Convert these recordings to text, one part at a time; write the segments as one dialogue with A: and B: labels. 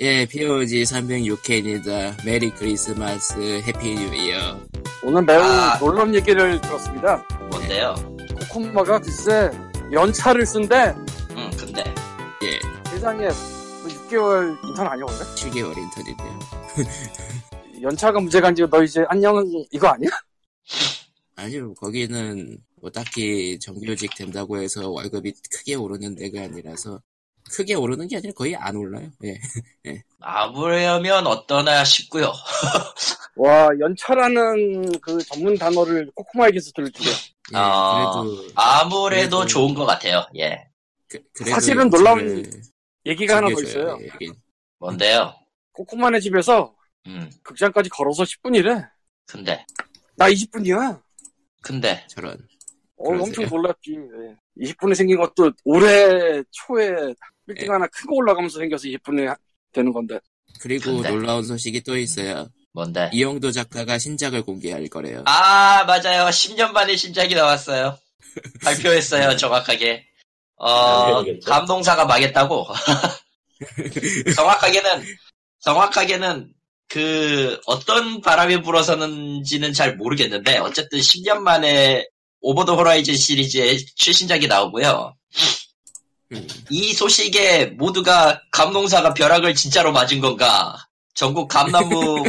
A: 예, POG 306회입니다. 메리 크리스마스, 해피 뉴 이어.
B: 오늘 매우
C: 아.
B: 놀라운 얘기를 들었습니다.
C: 뭔데요?
B: 코코마가 글쎄 연차를 쓴데
C: 응, 음, 근데
A: 예,
B: 세상에 뭐 6개월 인턴 아니야 원래?
A: 7개월 인턴인데요.
B: 연차가 문제가 아니고 너 이제 안녕 이거 아니야?
A: 아니요, 거기는 뭐 딱히 정규직 된다고 해서 월급이 크게 오르는 데가 아니라서, 크게 오르는 게 아니라 거의 안 올라요. 예.
C: 아무래면 어떠나 싶고요.
B: 와 연차라는 그 전문 단어를 코코마에게서 들을 줄이야.
A: 예,
C: 아,
A: 그래도,
C: 아무래도
A: 그래도-
C: 좋은 것 같아요. 예,
A: 그, 그래도
B: 사실은 놀라운
A: 저를
B: 얘기가 하나 더
A: 챙겨줘요,
B: 있어요.
A: 예, 여긴.
C: 뭔데요?
B: 코코마네 집에서
C: 음,
B: 극장까지 걸어서 10분이래.
C: 근데
B: 나 20분이야.
C: 근데
A: 저런.
B: 어
A: 그러세요?
B: 엄청 놀랐지. 20분에 생긴 것도 올해 초에 빌딩
A: 예.
B: 하나 크고 올라가면서 생겨서 20분에 되는 건데.
A: 그리고
C: 근데.
A: 놀라운 소식이 또 있어요.
C: 뭔데?
A: 이영도 작가가 신작을 공개할 거래요.
C: 아 맞아요. 10년 만에 신작이 나왔어요. 발표했어요,
D: 네.
C: 정확하게. 어,
D: 발표하겠죠?
C: 감동사가 망했다고. 정확하게는 정확하게는 그 어떤 바람이 불어서는지는 잘 모르겠는데 어쨌든 10년 만에 오버 더 호라이즌 시리즈의 최신작이 나오고요.
A: 음.
C: 이 소식에 모두가 감동사가 벼락을 진짜로 맞은 건가? 전국 감나무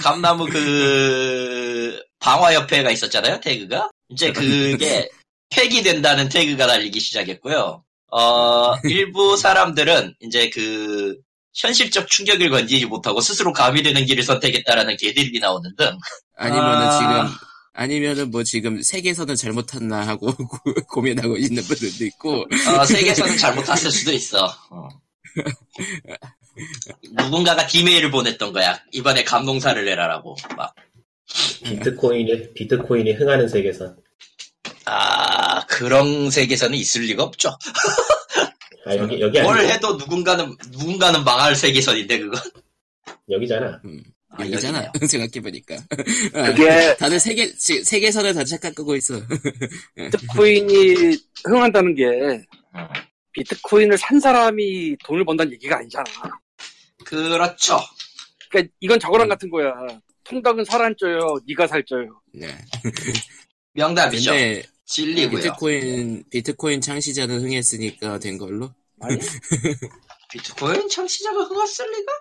C: 감나무 그 방화 협회가 있었잖아요 태그가 이제 그게 폐기된다는 태그가 달리기 시작했고요. 어 일부 사람들은 이제 그 현실적 충격을 건지지 못하고 스스로 가미되는 길을 선택했다라는 개들이 나오는 등
A: 아니면은
C: 아.
A: 지금 아니면은 뭐 지금 세계선을 잘못 탔나 하고 고- 고민하고 있는 분들도 있고
C: 어, 세계에서는 잘못했을 수도 있어. 어. 누군가가 디메일을 보냈던 거야. 이번에 감동사를 내라라고 막.
D: 비트코인이 비트코인이 흥하는 세계선.
C: 아 그런 세계에서는 있을 리가 없죠.
D: 아 여기 여기
C: 뭘
D: 아니
C: 해도 누군가는 누군가는 망할 세계선인데 그거.
D: 여기잖아.
C: 아,
A: 여기잖아
C: 여기네요.
A: 생각해 보니까
B: 예.
A: 아,
B: 그게
A: 다들 세계 지- 세계선을 다 착각하고 있어
B: 비트코인이 흥한다는 게
C: 음.
B: 비트코인을 산 사람이 돈을 번다는 얘기가 아니잖아.
C: 그렇죠.
B: 그러니까 이건 저거랑 같은 거야. 통닭은 살안쪄요, 네가 살쪄요.
A: 네.
C: 명답이죠.
A: 근데
C: 진리고요. 네. 비트코인.
A: 비트코인 비트코인 창시자는 흥했으니까 된 걸로
C: 창시자가 흥했을 리가?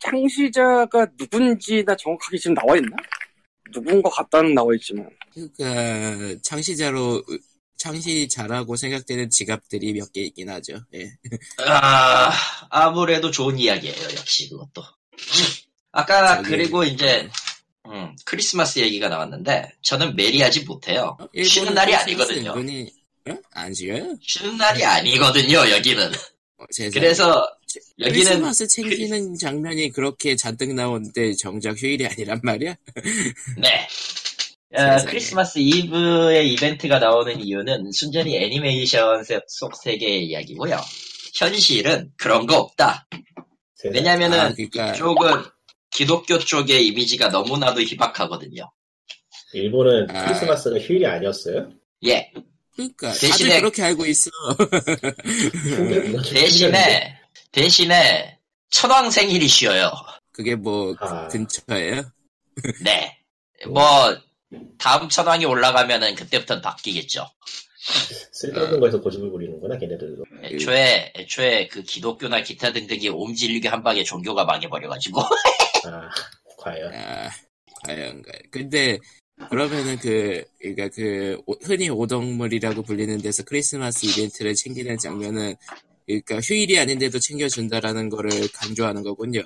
B: 창시자가 누군지나 정확하게 지금 나와 있나? 누군 것 같다는 나와 있지만
A: 그러니까 창시자로 창시자라고 생각되는 지갑들이 몇 개 있긴 하죠 예.
C: 아, 아무래도 좋은 이야기예요. 역시 그것도. 아까
A: 저기-
C: 그리고 이제 음, 크리스마스 얘기가 나왔는데 저는 메리하지 못해요.
A: 어,
C: 쉬는 날이
A: 크리스마스
C: 아니거든요.
A: 은근히 어? 안 쉬어요?
C: 쉬는
A: 네.
C: 날이 아니거든요. 여기는.
A: 어, 세상에.
C: 그래서 여기는 그
A: 크리스마스 챙기는 장면이 그렇게 잔뜩 나오는데 정작 휴일이 아니란 말이야?
C: 네. 어,
A: 세상에.
C: 크리스마스 이브의 이벤트가 나오는 이유는 순전히 애니메이션 세- 속 세계의 이야기고요. 현실은 그런 거 없다.
D: 세상.
C: 왜냐면은
A: 아, 그러니까.
C: 이쪽은 기독교 쪽의 이미지가 너무나도 희박하거든요.
D: 일본은
A: 아.
D: 크리스마스가 휴일이 아니었어요?
C: 예.
A: 그러니까
C: 대신에-
A: 다들 그렇게 알고 있어.
D: 충격-
C: 음.
D: 이거 좀 충격인데.
C: 대신에 대신에 천왕 생일이 쉬어요.
A: 그게 뭐
D: 아.
A: 근처예요?
C: 네. 뭐 다음 천왕이 올라가면은 그때부터는 바뀌겠죠. 아.
D: 쓸데없는 거에서 고집을 부리는구나 걔네들도.
C: 애초에 애초에 그 기독교나 기타 등등이 옴질리게 한 방에 종교가 망해버려가지고
D: 아 과연.
A: 아, 과연가. 근데 그러면은 그 그러니까 그 오- 흔히 오덕물이라고 불리는 데서 크리스마스 이벤트를 챙기는 장면은 그러니까 휴일이 아닌데도 챙겨준다라는 거를 강조하는 거군요.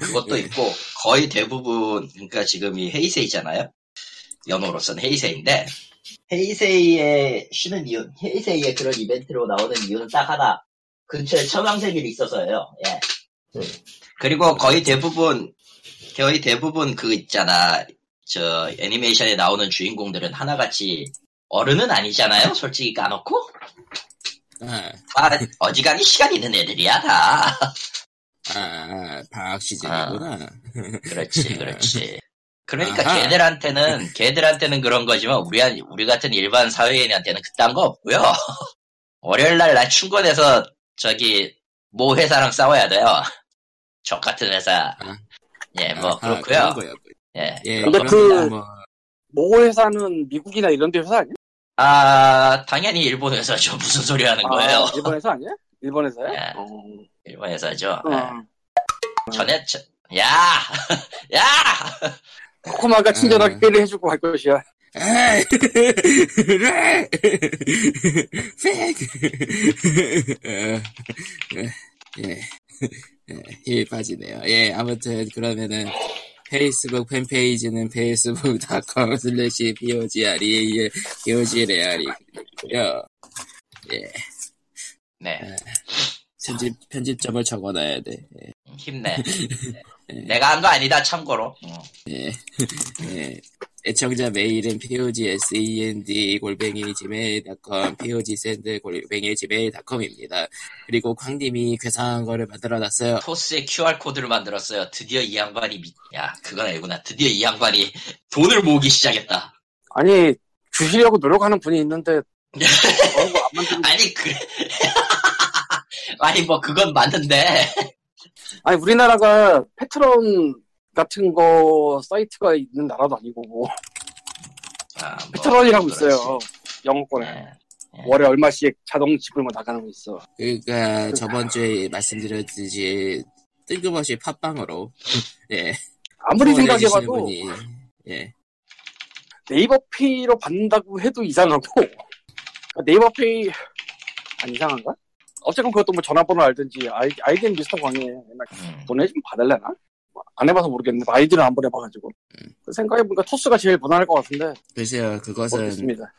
C: 그것도
A: 예.
C: 있고 거의 대부분 그러니까 지금 이 헤이세이잖아요. 연호로서는 헤이세이인데 헤이세이의 쉬는 이유, 헤이세이의 그런 이벤트로 나오는 이유는 딱 하나. 근처에 천황색일이 있어서예요. 예.
D: 음.
C: 그리고 거의 대부분 거의 대부분 그 있잖아. 저 애니메이션에 나오는 주인공들은 하나같이 어른은 아니잖아요. 솔직히 까놓고
A: 아,
C: 다 어지간히 시간 있는 애들이야 다.
A: 아, 아 방학
C: 아,
A: 시즌이구나.
C: 그렇지, 그렇지. 그러니까
A: 아하.
C: 걔들한테는 걔들한테는 그런 거지만 우리 한 우리 같은 일반 사회인한테는 그딴 거 없고요. 월요일 날 나 충고돼서 저기 모 회사랑 싸워야 돼요. 적 같은 회사.
A: 아.
C: 예, 뭐
A: 아하, 그런
C: 그렇고요.
A: 거야.
C: 예.
A: 예,
B: 근데
A: 그런
B: 그-
A: 거야, 뭐
B: 모 회사는 미국이나 이런 데 회사 아니야?
C: 아, 당연히 일본 회사죠. 무슨 소리 하는 거예요?
B: 아, 일본 회사 아니야? 일본 회사야?
C: 예.
B: 어.
C: 일본 회사죠.
B: 어.
C: 예. 전에 저- 야, 야,
B: 코코마가 친절하게 꾀를 해주고 할 것이야.
A: 에이, 래, 팩. 어, 예, 예, 예, 힘이 빠지네요. 예, 아무튼 그러면은 페이스북 팬페이지는 facebook.com slash pogreal, pogreal이고요.
C: 네,
A: 편집, 편집점을 적어놔야 돼.
C: 힘내. 내가 한 거 아니다. 참고로. 음.
A: 예. 애청자 메일은 pogsend 골뱅이 gmail.com pogsend 골뱅이 gmail.com입니다. 그리고 광님이 괴상한 거를 만들어놨어요.
C: 토스의 QR 코드를 만들었어요. 드디어 이 양반이 미... 야, 그건 아니구나. 드디어 이 양반이 돈을 모으기 시작했다.
B: 아니 주시려고 노력하는 분이 있는데 그런 거안 만드는
C: 아니 그 아니 뭐 그건 맞는데
B: 아니 우리나라가 패트론 같은 거 사이트가 있는 나라도 아니고 뭐.
C: 아, 뭐
B: 패트론이라고
C: 그렇지.
B: 있어요 영어권에
C: 네.
B: 월에 얼마씩 자동 지불만 뭐 나가는 거 있어
A: 그러니까 저번 주에 말씀드렸듯이 뜬금없이 팟빵으로 예.
B: 아무리
A: 후원을 해주시는
B: 생각해봐도
A: 분이, 예.
B: 네이버 페이로 받는다고 해도 이상하고 그러니까 네이버 페이 안 이상한가? 어쨌건 그것도 뭐 전화번호 알든지 아이, 아이디는 비슷한 광에 옛날
C: 음.
B: 보내주면 받을래나? 뭐 안 해봐서 모르겠는데 아이디는 안 보내봐가지고
A: 음.
B: 그 생각해보니까 토스가 제일 무난할 것 같은데
A: 글쎄요 그것은
B: 모르겠습니다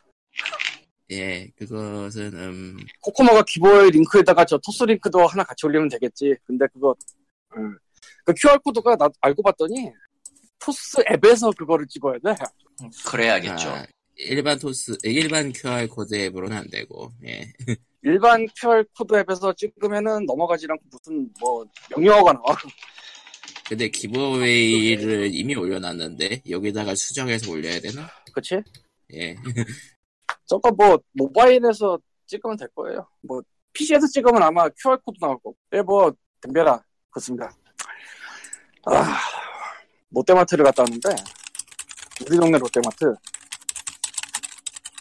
A: 예 그것은 음
B: 코코마가 기보의 링크에다가 저 토스 링크도 하나 같이 올리면 되겠지. 근데 그거, 음. 그 QR코드가 나 알고 봤더니, 토스 앱에서 그거를 찍어야 돼.
C: 음, 그래야겠죠.
A: 아, 일반 토스 예, 일반 QR 코드 앱으로는 안 되고 예
B: 일반 QR코드 앱에서 찍으면은 넘어가지 않고 무슨 뭐 명령어가 나와.
A: 근데 기브웨이를 이미 올려놨는데 여기다가 수정해서 올려야 되나?
B: 그치?
A: 예.
B: 저거 뭐 모바일에서 찍으면 될 거예요. 뭐 PC에서 찍으면 아마 QR코드 나올 거고. 예, 뭐, 덤벼라. 그렇습니다. 아, 롯데마트를 갔다 왔는데, 우리 동네 롯데마트.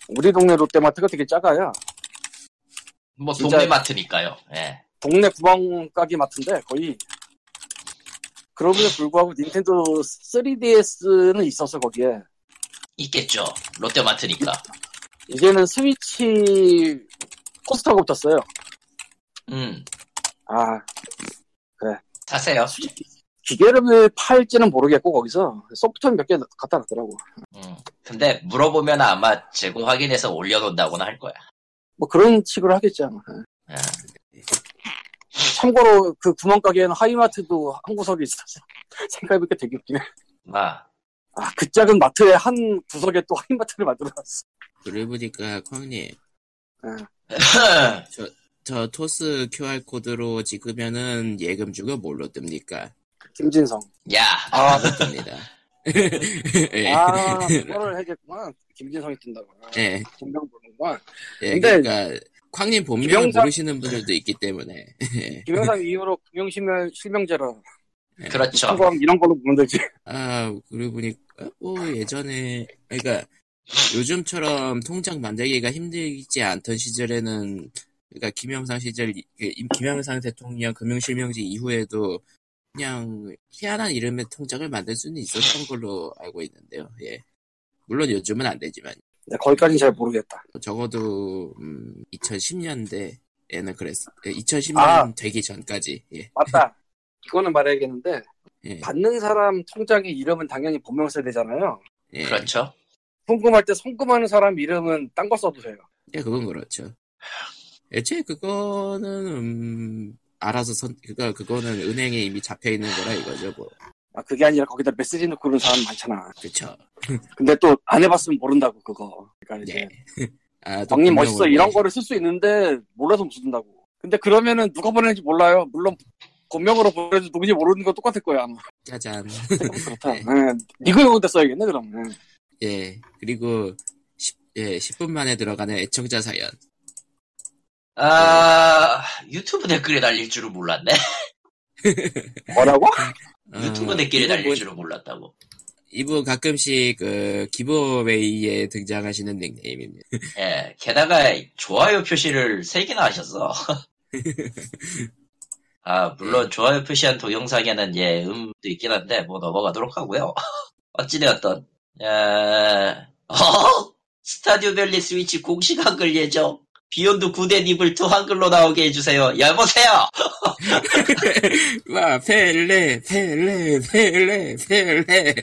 B: 우리 동네 롯데마트가 되게 작아요.
C: 뭐
B: 진짜-
C: 동네 마트니까요. 예.
B: 동네 구멍가게 마트인데, 거의. 그럼에도 불구하고 닌텐도 3DS는 있어서 거기에.
C: 있겠죠. 롯데 마트니까.
B: 이제는 스위치 코스터가 붙었어요.
C: 음.
B: 아,
C: 사세요.
B: 기계를 팔지는 모르겠고 거기서 소프트웨어 몇 개 갖다 놨더라고
C: 음. 근데 물어보면 아마 재고 확인해서 올려놓는다고나 할 거야.
B: 뭐 그런 식으로 하겠지 아마
C: 예.
B: 참고로 그 구멍가게에는 하이마트도 한 구석이 있어서 생각해보니까 되게 웃기네
C: 아,
B: 아 그 작은 마트에 한 구석에 또 하이마트를 만들어놨어
A: 그러고 보니까 콩님 저 토스 QR 코드로 찍으면은 예금 주고 뭘로 뜹니까?
B: 김진성
C: 야,
B: 아,
A: 뜹니다. 예.
B: 아 그거를 해야겠구만 김진성이 뜬다고
A: 예.
B: 분명 보는구만
A: 예.
B: 근데
A: 그러니까 콩님 본명을
B: 김영삼-
A: 모르시는 분들도 있기 때문에
B: 김영삼 이후로 금융실명 실명제라
C: 그렇죠.
B: 참고하면 이런 걸로 보면 되지
A: 아 그러고 보니까 뭐 예전에 그러니까 요즘처럼 통장 만들기가 힘들지 않던 시절에는 그러니까 김영삼 시절 그 임- 김영삼 대통령 금융실명제 이후에도 그냥 희한한 이름의 통장을 만들 수는 있었던 걸로 알고 있는데요. 예. 물론 요즘은 안 되지만
B: 네, 거기까지는 잘 모르겠다
A: 적어도 음, 2010년대에는 그랬어. 예, 2010년
B: 아.
A: 되기 전까지. 예.
B: 맞다 이거는 말해야겠는데
A: 예.
B: 받는 사람 통장의 이름은 당연히 본명 써야 되잖아요
A: 예.
C: 그렇죠.
B: 송금할 때 송금하는 사람 이름은 딴 거 써도 돼요.
A: 예, 그건 그렇죠. 애초에 그거는 음, 알아서 선 그니까 그거는 은행에 이미 잡혀 있는 거라 이거죠, 뭐.
B: 아, 그게 아니라 거기다 메시지 넣고 그런 사람 많잖아.
A: 그렇죠.
B: 근데 또 안 해봤으면 모른다고 그거. 그러니까 이제
A: 예. 아, 또
B: 광님
A: 분명히
B: 멋있어 이런 거를 쓸 수 있는데 몰라서 못 쓴다고. 근데 그러면은 누가 보내는지 몰라요. 물론 본명으로 보내도 누군지 모르는 거 똑같을 거야 아마.
A: 짜잔.
B: 그렇다.
A: 네.
B: 네. 이거 이거다 써야겠네 그럼. 네.
A: 예. 그리고 10, 예, 10분 만에 들어가는 애청자 사연.
C: 아, 유튜브 댓글에 달릴 줄은 몰랐네.
B: 뭐라고?
A: 어,
B: 네,
C: 유튜브 댓글을
A: 이분
C: 달릴
A: 뭐-
C: 줄은 몰랐다고.
A: 이분 가끔씩 그 기브웨이에 등장하시는 닉네임입니다.
C: 예, 게다가 좋아요 표시를 세개나 하셨어. 아, 물론 좋아요 표시한 동영상에는 예, 음도 있긴 한데, 뭐 넘어가도록 하고요 어찌되었던, 예, 어? 스타듀 밸리 스위치 공식 한글 예정. 비욘드 구대 니블2 한글로 나오게 해주세요. 여보세요!
A: 와, 펠레, 펠레, 펠레, 펠레. 네.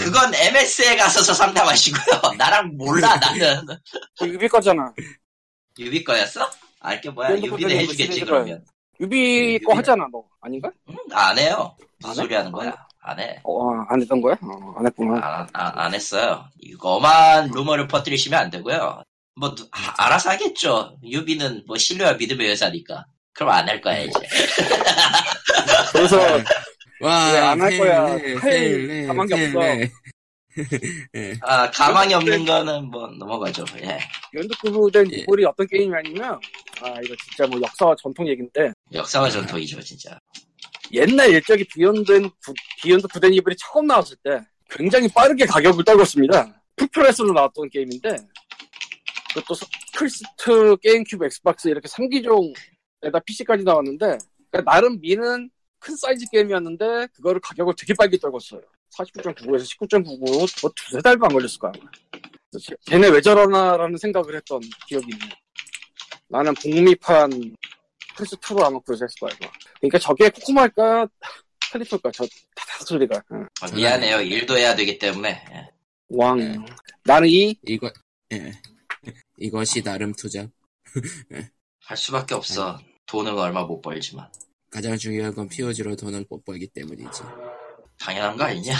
C: 그건 MS에 가서서 상담하시고요. 나랑 몰라, 나는.
B: 그 유비 거잖아.
C: 유비 거였어? 알게 뭐야.
B: 비욘드
C: 유비는
B: 구대 니블
C: 해주겠지,
B: 시리즈가요.
C: 그러면.
B: 유비
C: 유비야.
B: 거 하잖아, 너. 아닌가?
C: 응? 안 해요. 무슨
B: 안
C: 소리 하는 거야? 안 해.
B: 어, 안 했던 거야? 어, 안 했구나.
C: 안, 안, 안 했어요. 이거만 루머를 퍼뜨리시면 안 되고요. 뭐, 누- 아, 알아서 하겠죠. 유비는 뭐 신뢰와 믿음의 회사니까. 그럼 안 할 거야, 이제.
B: 그래서
A: 와,
B: 왜안할
A: 펠레,
B: 거야?
A: 펠레,
B: 할
A: 펠레.
B: 가망이 없어.
C: 아, 가망이 없는 거는 뭐, 넘어가죠. 예.
B: 연두쿠브된
A: 예.
B: 니콜이 어떤 게임이냐면 아 이거 진짜 뭐 역사와 전통 얘기인데
C: 역사와 전통이죠, 진짜.
B: 옛날 일적이 비욘드 구- 비욘드 구덴 이블이 처음 나왔을 때 굉장히 빠르게 가격을 떨궜습니다. 풀프레스로 나왔던 게임인데 그것도 서- 플스트, 게임큐브, 엑스박스 이렇게 3기종에다 PC까지 나왔는데 그러니까 나름 미는 큰 사이즈 게임이었는데 그거를 가격을 되게 빨리 떨궜어요. 49.99에서 19.99로 뭐 두세 달도 안 걸렸을 거야. 아마. 그래서 걔네 왜 저러나라는 생각을 했던 기억이 있네. 나는 북미판 플스2로 아마 구했을 거야. 이거. 그러니까 저게 코코마일까 칼리프일까 저 타닥 소리가 응.
C: 어, 미안해요. 일도 해야 되기 때문에. 예.
B: 왕
A: 네.
B: 나는 이
A: 이거, 예. 이것이 나름 투자.
C: 할 수밖에 없어. 돈을 얼마 못 벌지만.
A: 가장 중요한 건 POG로 돈을 못 벌기 때문이지.
C: 당연한 거 아니냐?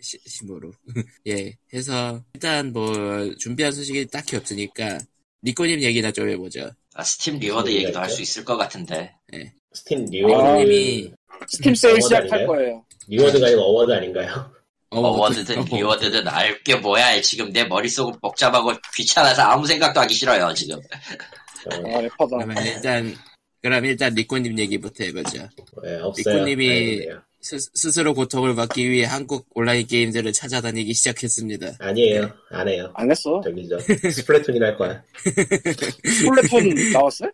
A: 시- 심으로. 예. 해서, 일단 뭐, 준비한 소식이 딱히 없으니까, 니코님 얘기나 좀 해보죠.
C: 아, 스팀 리워드 얘기도 할 수 있을 것 같은데.
D: 스팀
B: 아,
D: 리워드
A: 님이-
B: 스팀 세일
D: 어워드
B: 시작할
D: 아닌가요?
B: 거예요.
D: 리워드가 아니고 어워드 아닌가요?
C: 어워드든
A: 어떤-
C: 리워드든 알 게 뭐야. 지금 내 머릿속은 복잡하고 귀찮아서 아무 생각도 하기 싫어요, 지금.
D: 어,
B: 아 래퍼다.
A: 그러면 일단, 그럼 일단 니코님 얘기부터 해보죠.
D: 예, 없어요. 아,
A: 리코님이-
D: 다행이네요.
A: 스, 스로 고통을 받기 위해 한국 온라인 게임들을 찾아다니기 시작했습니다.
D: 아니에요. 안 해요.
B: 안 했어.
D: 저기 저 스플래툰이나 할 거야.
B: 플랫폼 나왔어요?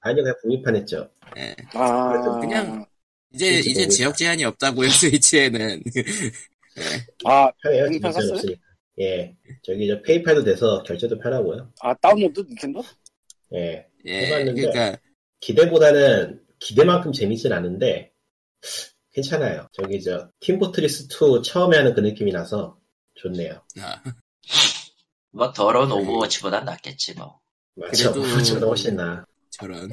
D: 아니요, 그냥 북미판 했죠.
A: 예.
B: 아
A: 그냥- 이제,
D: 스위치
A: 이제
D: 보고
A: 지역 제한이 없다고요, 스위치에는.
B: 아,
D: 편해요.
B: 북미판
D: 진짜
B: 샀어요?
D: 없으니까. 예, 저기 저 페이팔도 돼서 결제도 편하고요.
B: 아 다운로드 닌텐도?
D: 예,
A: 예.
D: 해봤는데.
A: 그러니까,
D: 기대보다는 기대만큼 재밌진 않은데 괜찮아요. 저기 저 팀포트리스 2 처음에 하는 그 느낌이 나서 좋네요.
A: 아,
C: 뭐 더러운
A: 네.
C: 오버워치보단 낫겠지 뭐.
D: 맞죠?
A: 그래도-
D: 맞죠? 훨씬 나.
A: 저런.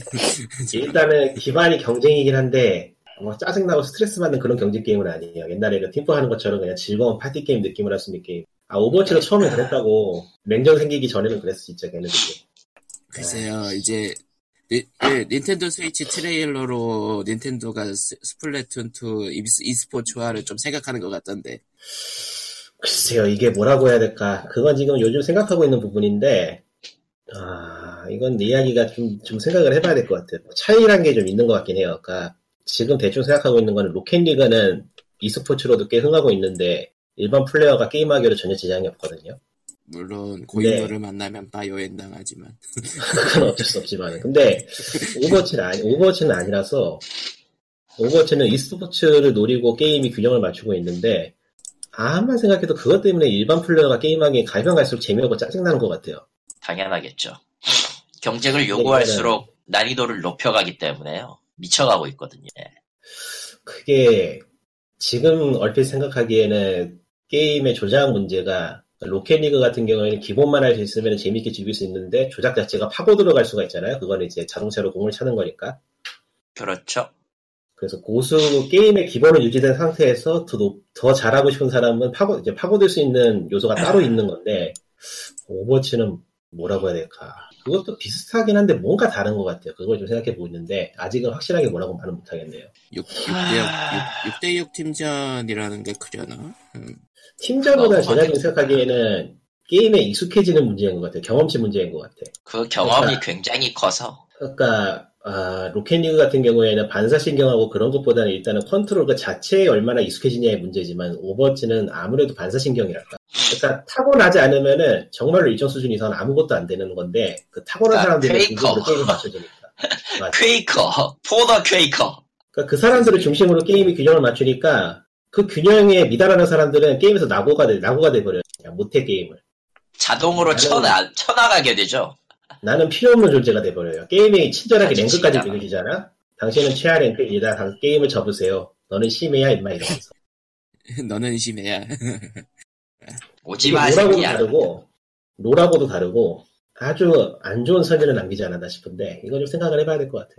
D: 일단은 기반이 경쟁이긴 한데 뭐 짜증나고 스트레스 받는 그런 경쟁 게임은 아니에요. 옛날에 그 팀포 하는 것처럼 그냥 즐거운 파티 게임 느낌을 할 수 있는 게임. 아 오버워치도
A: 네.
D: 처음에 그랬다고 냉전 생기기 전에는 그랬어 진짜 걔네들이.
A: 글쎄요,
D: 네.
A: 이제 니- 예, 닌텐도 스위치 트레일러로 닌텐도가 스- 스플래툰 2 e스포츠화를 좀 생각하는 것 같던데.
D: 글쎄요, 이게 뭐라고 해야 될까. 그건 지금 요즘 생각하고 있는 부분인데, 아, 이건 이야기가 좀, 좀 생각을 해봐야 될 것 같아요. 차이란 게 좀 있는 것 같긴 해요. 그러니까 지금 대충 생각하고 있는 거는 로켓리그는 e스포츠로도 꽤 흥하고 있는데, 일반 플레이어가 게임하기로 전혀 지장이 없거든요.
A: 물론 고인물을
D: 네.
A: 만나면 바이오엔 당하지만.
D: 그건 어쩔 수 없지만. 근데, 오버워치는, 아니, 오버워치는 아니라서, 오버워치는 e스포츠를 노리고 게임이 균형을 맞추고 있는데, 아무만 생각해도 그것 때문에 일반 플레이어가 게임하기에 가면 갈수록 재미없고 짜증나는 것 같아요.
C: 당연하겠죠. 경쟁을 요구할수록 난이도를 높여가기 때문에요. 미쳐가고 있거든요. 예.
D: 그게 지금 얼핏 생각하기에는 게임의 조작 문제가 로켓리그 같은 경우에는 기본만 할 수 있으면 재밌게 즐길 수 있는데 조작 자체가 파고 들어갈 수가 있잖아요. 그건 이제 자동차로 공을 차는 거니까.
C: 그렇죠.
D: 그래서 고수 게임의 기본은 유지된 상태에서 더, 높- 더 잘하고 싶은 사람은 파고 이제 파고들 수 있는 요소가 따로 있는 건데 오버워치는 뭐라고 해야 될까? 그것도 비슷하긴 한데 뭔가 다른 것 같아요. 그걸 좀 생각해 보고 있는데 아직은 확실하게 뭐라고 말은 못하겠네요.
A: 6,
D: 아.
A: 6대6, 6대6 팀전이라는 게 크려나? 음,
D: 팀전보다
C: 어,
D: 제가 지금
C: 맞아.
D: 생각하기에는 게임에 익숙해지는 문제인 것 같아요. 경험치 문제인 것 같아요.
C: 그 경험이 굉장히 커서
D: 그러니까 아, 로켓리그 같은 경우에는 반사신경하고 그런 것보다는 일단은 컨트롤 그 자체에 얼마나 익숙해지냐의 문제지만 오버워치는 아무래도 반사신경이랄까. 그러니까 타고나지 않으면은 정말로 일정 수준 이상 아무것도 안 되는 건데 그 타고난
C: 아,
D: 사람들이
C: 페이커.
D: 중심으로 게임을 맞춰주니까. 맞아.
C: 퀘이커, 포더 퀘이커.
D: 그러니까 그 사람들을 중심으로 게임이 균형을 맞추니까 그 균형에 미달하는 사람들은 게임에서 낙오가 돼, 낙오가 돼버려요. 그냥 못해 게임을.
C: 자동으로
D: 나는-
C: 쳐나, 쳐나가게 되죠.
D: 나는 필요 없는 존재가 돼버려요. 게임에 친절하게
C: 사실
D: 랭크까지
C: 아, 진짜다.
D: 비교주잖아? 당신은 최하 랭크입니다. 당- 게임을 접으세요. 너는 심해야, 임마, 이러면서.
A: 너는 심해야.
C: 오지
D: 이게
C: 마,
D: 로라고도
C: 새끼야.
D: 다르고, 로라고도 다르고, 아주 안 좋은 선전을 남기지 않았나 싶은데, 이거 좀 생각을 해봐야 될 것 같아.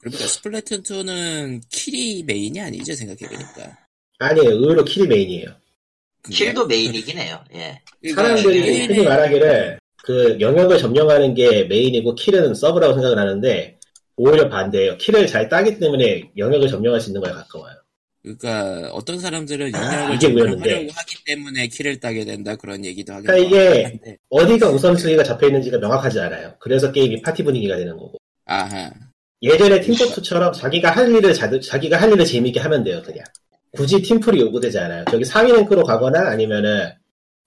A: 그러니까 스플래툰 2는 킬이 메인이 아니죠 생각해보니까.
D: 아니에요. 의외로 킬이 메인이에요.
C: 킬도 메인이긴 해요. 예.
D: 사람들이
A: 그러니까
D: 흔히
C: 네.
A: 메인은
D: 말하기를, 그 영역을 점령하는 게 메인이고, 킬은 서브라고 생각을 하는데, 오히려 반대예요. 킬을 잘 따기 때문에 영역을 점령할 수 있는 거에 가까워요.
A: 그러니까 어떤 사람들은
D: 아,
A: 영역을
D: 이게
A: 좀
D: 뭐였는데.
A: 하려고 하기 때문에 킬을 따게 된다 그런 얘기도 하긴
D: 그러니까 이게-
A: 한데.
D: 어디가 우선순위가 잡혀있는지가 명확하지 않아요. 그래서 게임이 파티 분위기가 되는 거고.
A: 아하
D: 예전에
C: 그렇죠.
D: 팀포트처럼 자기가 할 일을 자, 자기가 할 일을 재미있게 하면 돼요 그냥 굳이 팀플이 요구되지 않아요 저기 상위 랭크로 가거나 아니면은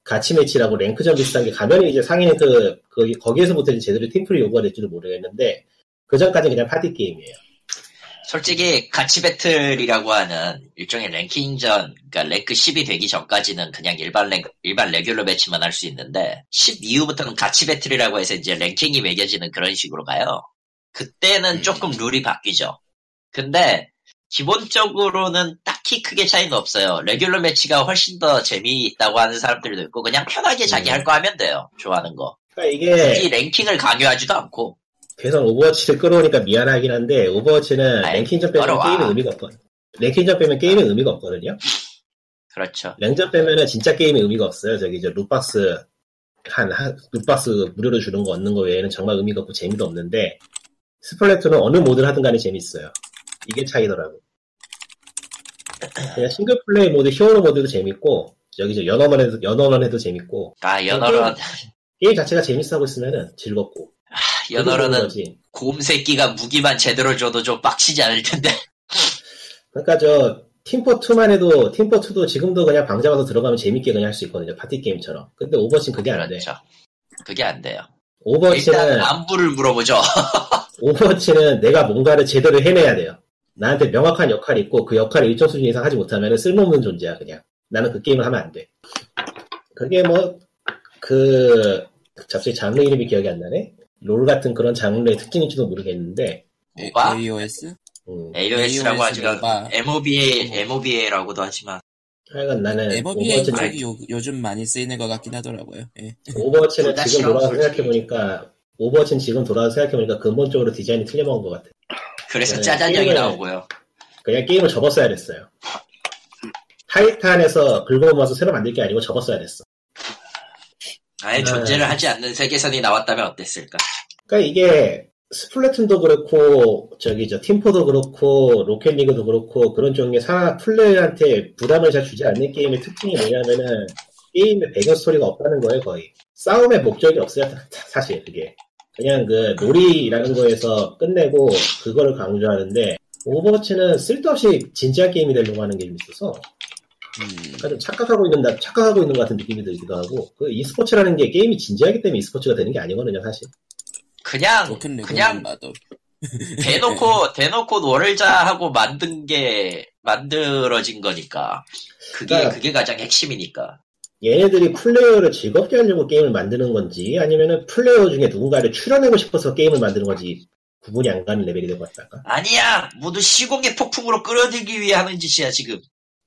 D: 가치 매치라고 랭크전 비슷한 게 가면 이제 상위 랭크 그 거기, 거기에서부터 이제 제대로 팀플이 요구가 될지도 모르겠는데 그 전까지 그냥 파티 게임이에요
C: 솔직히 가치 배틀이라고 하는 일종의 랭킹전, 그러니까 랭크 10이 되기 전까지는 그냥 일반 랭 일반 레귤러 매치만 할 수 있는데 10 이후부터는 가치 배틀이라고 해서 이제 랭킹이 매겨지는 그런 식으로 가요. 그때는
A: 음.
C: 조금 룰이 바뀌죠. 근데 기본적으로는 딱히 크게 차이는 없어요. 레귤러 매치가 훨씬 더 재미있다고 하는 사람들도 있고 그냥 편하게 자기
D: 음.
C: 할 거 하면 돼요. 좋아하는 거.
D: 그러니까
C: 굳이
D: 이게
C: 랭킹을 강요하지도 않고
D: 계속 오버워치를 끌어오니까 미안하긴 한데 오버워치는
C: 아이,
D: 랭킹전 빼면
C: 어려워.
D: 게임의 의미가 없거든요 랭킹전 빼면 게임의 의미가 없거든요
C: 그렇죠.
D: 랭전 빼면은 진짜 게임의 의미가 없어요. 저기 저 룩박스 한, 한 룩박스 무료로 주는 거 얻는 거 외에는 정말 의미가 없고 재미도 없는데 스플래툰은 어느 모드를 하든 간에 재밌어요. 이게 차이더라고. 그냥 싱글 플레이 모드, 히어로 모드도 재밌고 저기 저 연어만 해도 연어만 해도 재밌고
C: 아 연어런
D: 게임 자체가 재밌어 하고 있으면은 즐겁고 그게 좋은
C: 연어런은
D: 거지.
C: 곰새끼가 무기만 제대로 줘도 좀 빡치지 않을 텐데.
D: 그러니까 저 팀포 2만 해도 팀포 2도 지금도 그냥 방자 와서 들어가면 재밌게 그냥 할 수 있거든요. 파티 게임처럼. 근데 오버워치는 그게 안 돼.
C: 그렇죠. 그게 안 돼요. 일단
D: 오버워치는
C: 안부를 물어보죠.
D: 오버워치는 내가 뭔가를 제대로 해내야 돼요. 나한테 명확한 역할이 있고 그 역할을 일정 수준 이상 하지 못하면 쓸모없는 존재야 그냥. 나는 그 게임을 하면 안 돼. 그게 뭐 그 갑자기 장르 이름이 기억이 안 나네. 롤 같은 그런 장르의 특징인지도 모르겠는데.
A: 예,
C: 뭐가?
A: AOS?
D: 음,
A: AOS
C: AOS라고
A: 가
C: 하지만
A: 뭐가?
C: MOBA, MOBA라고도 하지만
D: 하여간 나는
A: 에버비에
D: 오버워치는
A: 쪽이 요, 요즘 많이 쓰이는 것 같긴 하더라고요. 예.
D: 오버워치는
C: 둘다
D: 지금
C: 싫어,
D: 돌아서
C: 솔직히.
D: 생각해 보니까 오버워치는 지금 돌아서 생각해 보니까 근본적으로 디자인이 틀려먹은 것 같아.
C: 그래서
D: 네,
C: 짜잔형이
D: 게임을-
C: 나오고요.
D: 그냥 게임을 접었어야 됐어요. 타이탄에서 긁어모아서 새로 만들 게 아니고 접었어야 됐어.
C: 아예
D: 네.
C: 존재를 하지 않는 세계선이 나왔다면 어땠을까?
D: 그러니까 이게 스플래툰도 그렇고 저기 저 팀포도 그렇고 로켓리그도 그렇고 그런 종류의 사 플레이한테 부담을 잘 주지 않는 게임의 특징이 뭐냐면은 게임의 배경 스토리가 없다는 거예요 거의 싸움의 목적이 없어요 사- 사실 그게 그냥 그 놀이라는 거에서 끝내고 그거를 강조하는데 오버워치는 쓸데없이 진지한 게임이 되려고 하는 게 좀 있어서
A: 음.
D: 약간 좀 착각하고 있는 나- 착각하고 있는 것 같은 느낌이 들기도 하고 그 e스포츠라는 게 게임이 진지하기 때문에 e스포츠가 되는 게 아니거든요 사실.
C: 그냥
A: 오픈 레고만
C: 그냥
A: 봐도
C: 대놓고 대놓고 노를자 하고 만든 게 만들어진 거니까 그게
D: 그러니까-
C: 그게 가장 핵심이니까
D: 얘네들이 플레이어를 즐겁게 하려고 게임을 만드는 건지 아니면은 플레이어 중에 누군가를 출연하고 싶어서 게임을 만드는 건지 구분이 안 가는 레벨이 된 것 같달까?
C: 아니야 모두 시공의 폭풍으로 끌어들기 위해 하는 짓이야 지금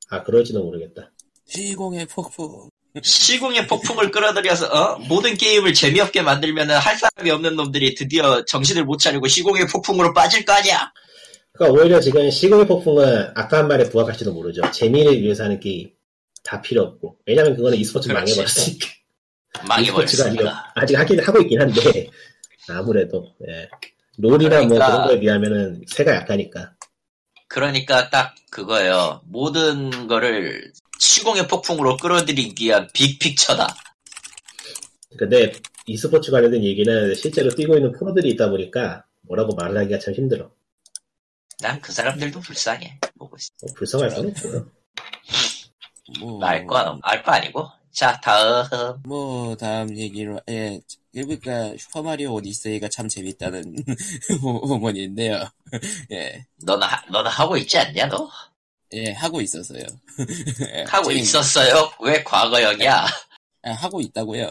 D: 아 그럴지도 모르겠다.
A: 시공의 폭포.
C: 시공의 폭풍을 끌어들여서 어? 모든 게임을 재미없게 만들면 할 사람이 없는 놈들이 드디어 정신을 못 차리고 시공의 폭풍으로 빠질 거 아니야.
D: 그러니까 오히려 지금 시공의 폭풍은 아까 한 말에 부합할지도 모르죠. 재미를 위해서 하는 게임 다 필요 없고 왜냐면 그거는 e스포츠
C: 그렇지.
D: 망해버렸으니까 e스포츠가 아니고
C: 망해버렸습니다.
D: 아직 하긴 하고 있긴 한데 아무래도 예. 롤이나 뭐
C: 그러니까.
D: 그런 거에 비하면은 새가 약하니까
C: 그러니까 딱 그거예요. 모든 거를 시공의 폭풍으로 끌어들이기 위한 빅픽처다.
D: 그러니까 근데 e스포츠 관련된 얘기는 실제로 뛰고 있는 프로들이 있다 보니까 뭐라고 말하기가 참 힘들어.
C: 난 그 사람들도 불쌍해. 보고 있어.
D: 뭐 불쌍할 건 없고요. 음.
A: 뭐,
C: 알거 알거 아니고. 자 다음
A: 뭐 다음 얘기로 예 그러니까 슈퍼마리오 오디세이가 참 재밌다는 어머니인데요. 예,
C: 너는 하, 너는 하고 있지 않냐 너?
A: 예 하고 있었어요. 예,
C: 하고
A: 지금-
C: 있었어요. 왜 과거형이야?
A: 아, 하고 있다고요.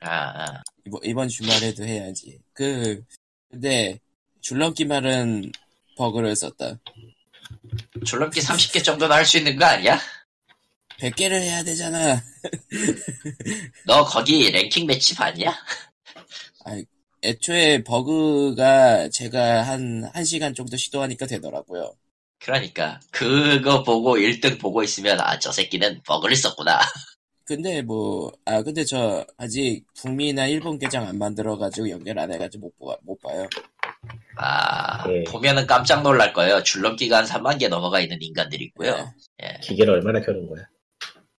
C: 아, 아.
A: 이번, 이번 주말에도 해야지. 그 근데 줄넘기 말은 버그를 썼다.
C: 줄넘기 30개 정도는 할 수 있는 거 아니야?
A: 100개를 해야 되잖아.
C: 너 거기 랭킹 매치 봤냐?
A: 애초에 버그가 제가 한 1시간 정도 시도하니까 되더라고요.
C: 그러니까 그거 보고 1등 보고 있으면 아 저 새끼는 버그를 썼구나.
A: 근데 뭐, 아, 근데 저 아직 북미나 일본 계정 안 만들어가지고 연결 안 해가지고 못, 보, 못 봐요.
C: 아
D: 예.
C: 보면은 깜짝 놀랄 거예요. 줄넘기가 한 3만 개 넘어가 있는 인간들이
A: 네.
D: 네.
C: 있고요. 예.
D: 기계를 얼마나 켜는 거야.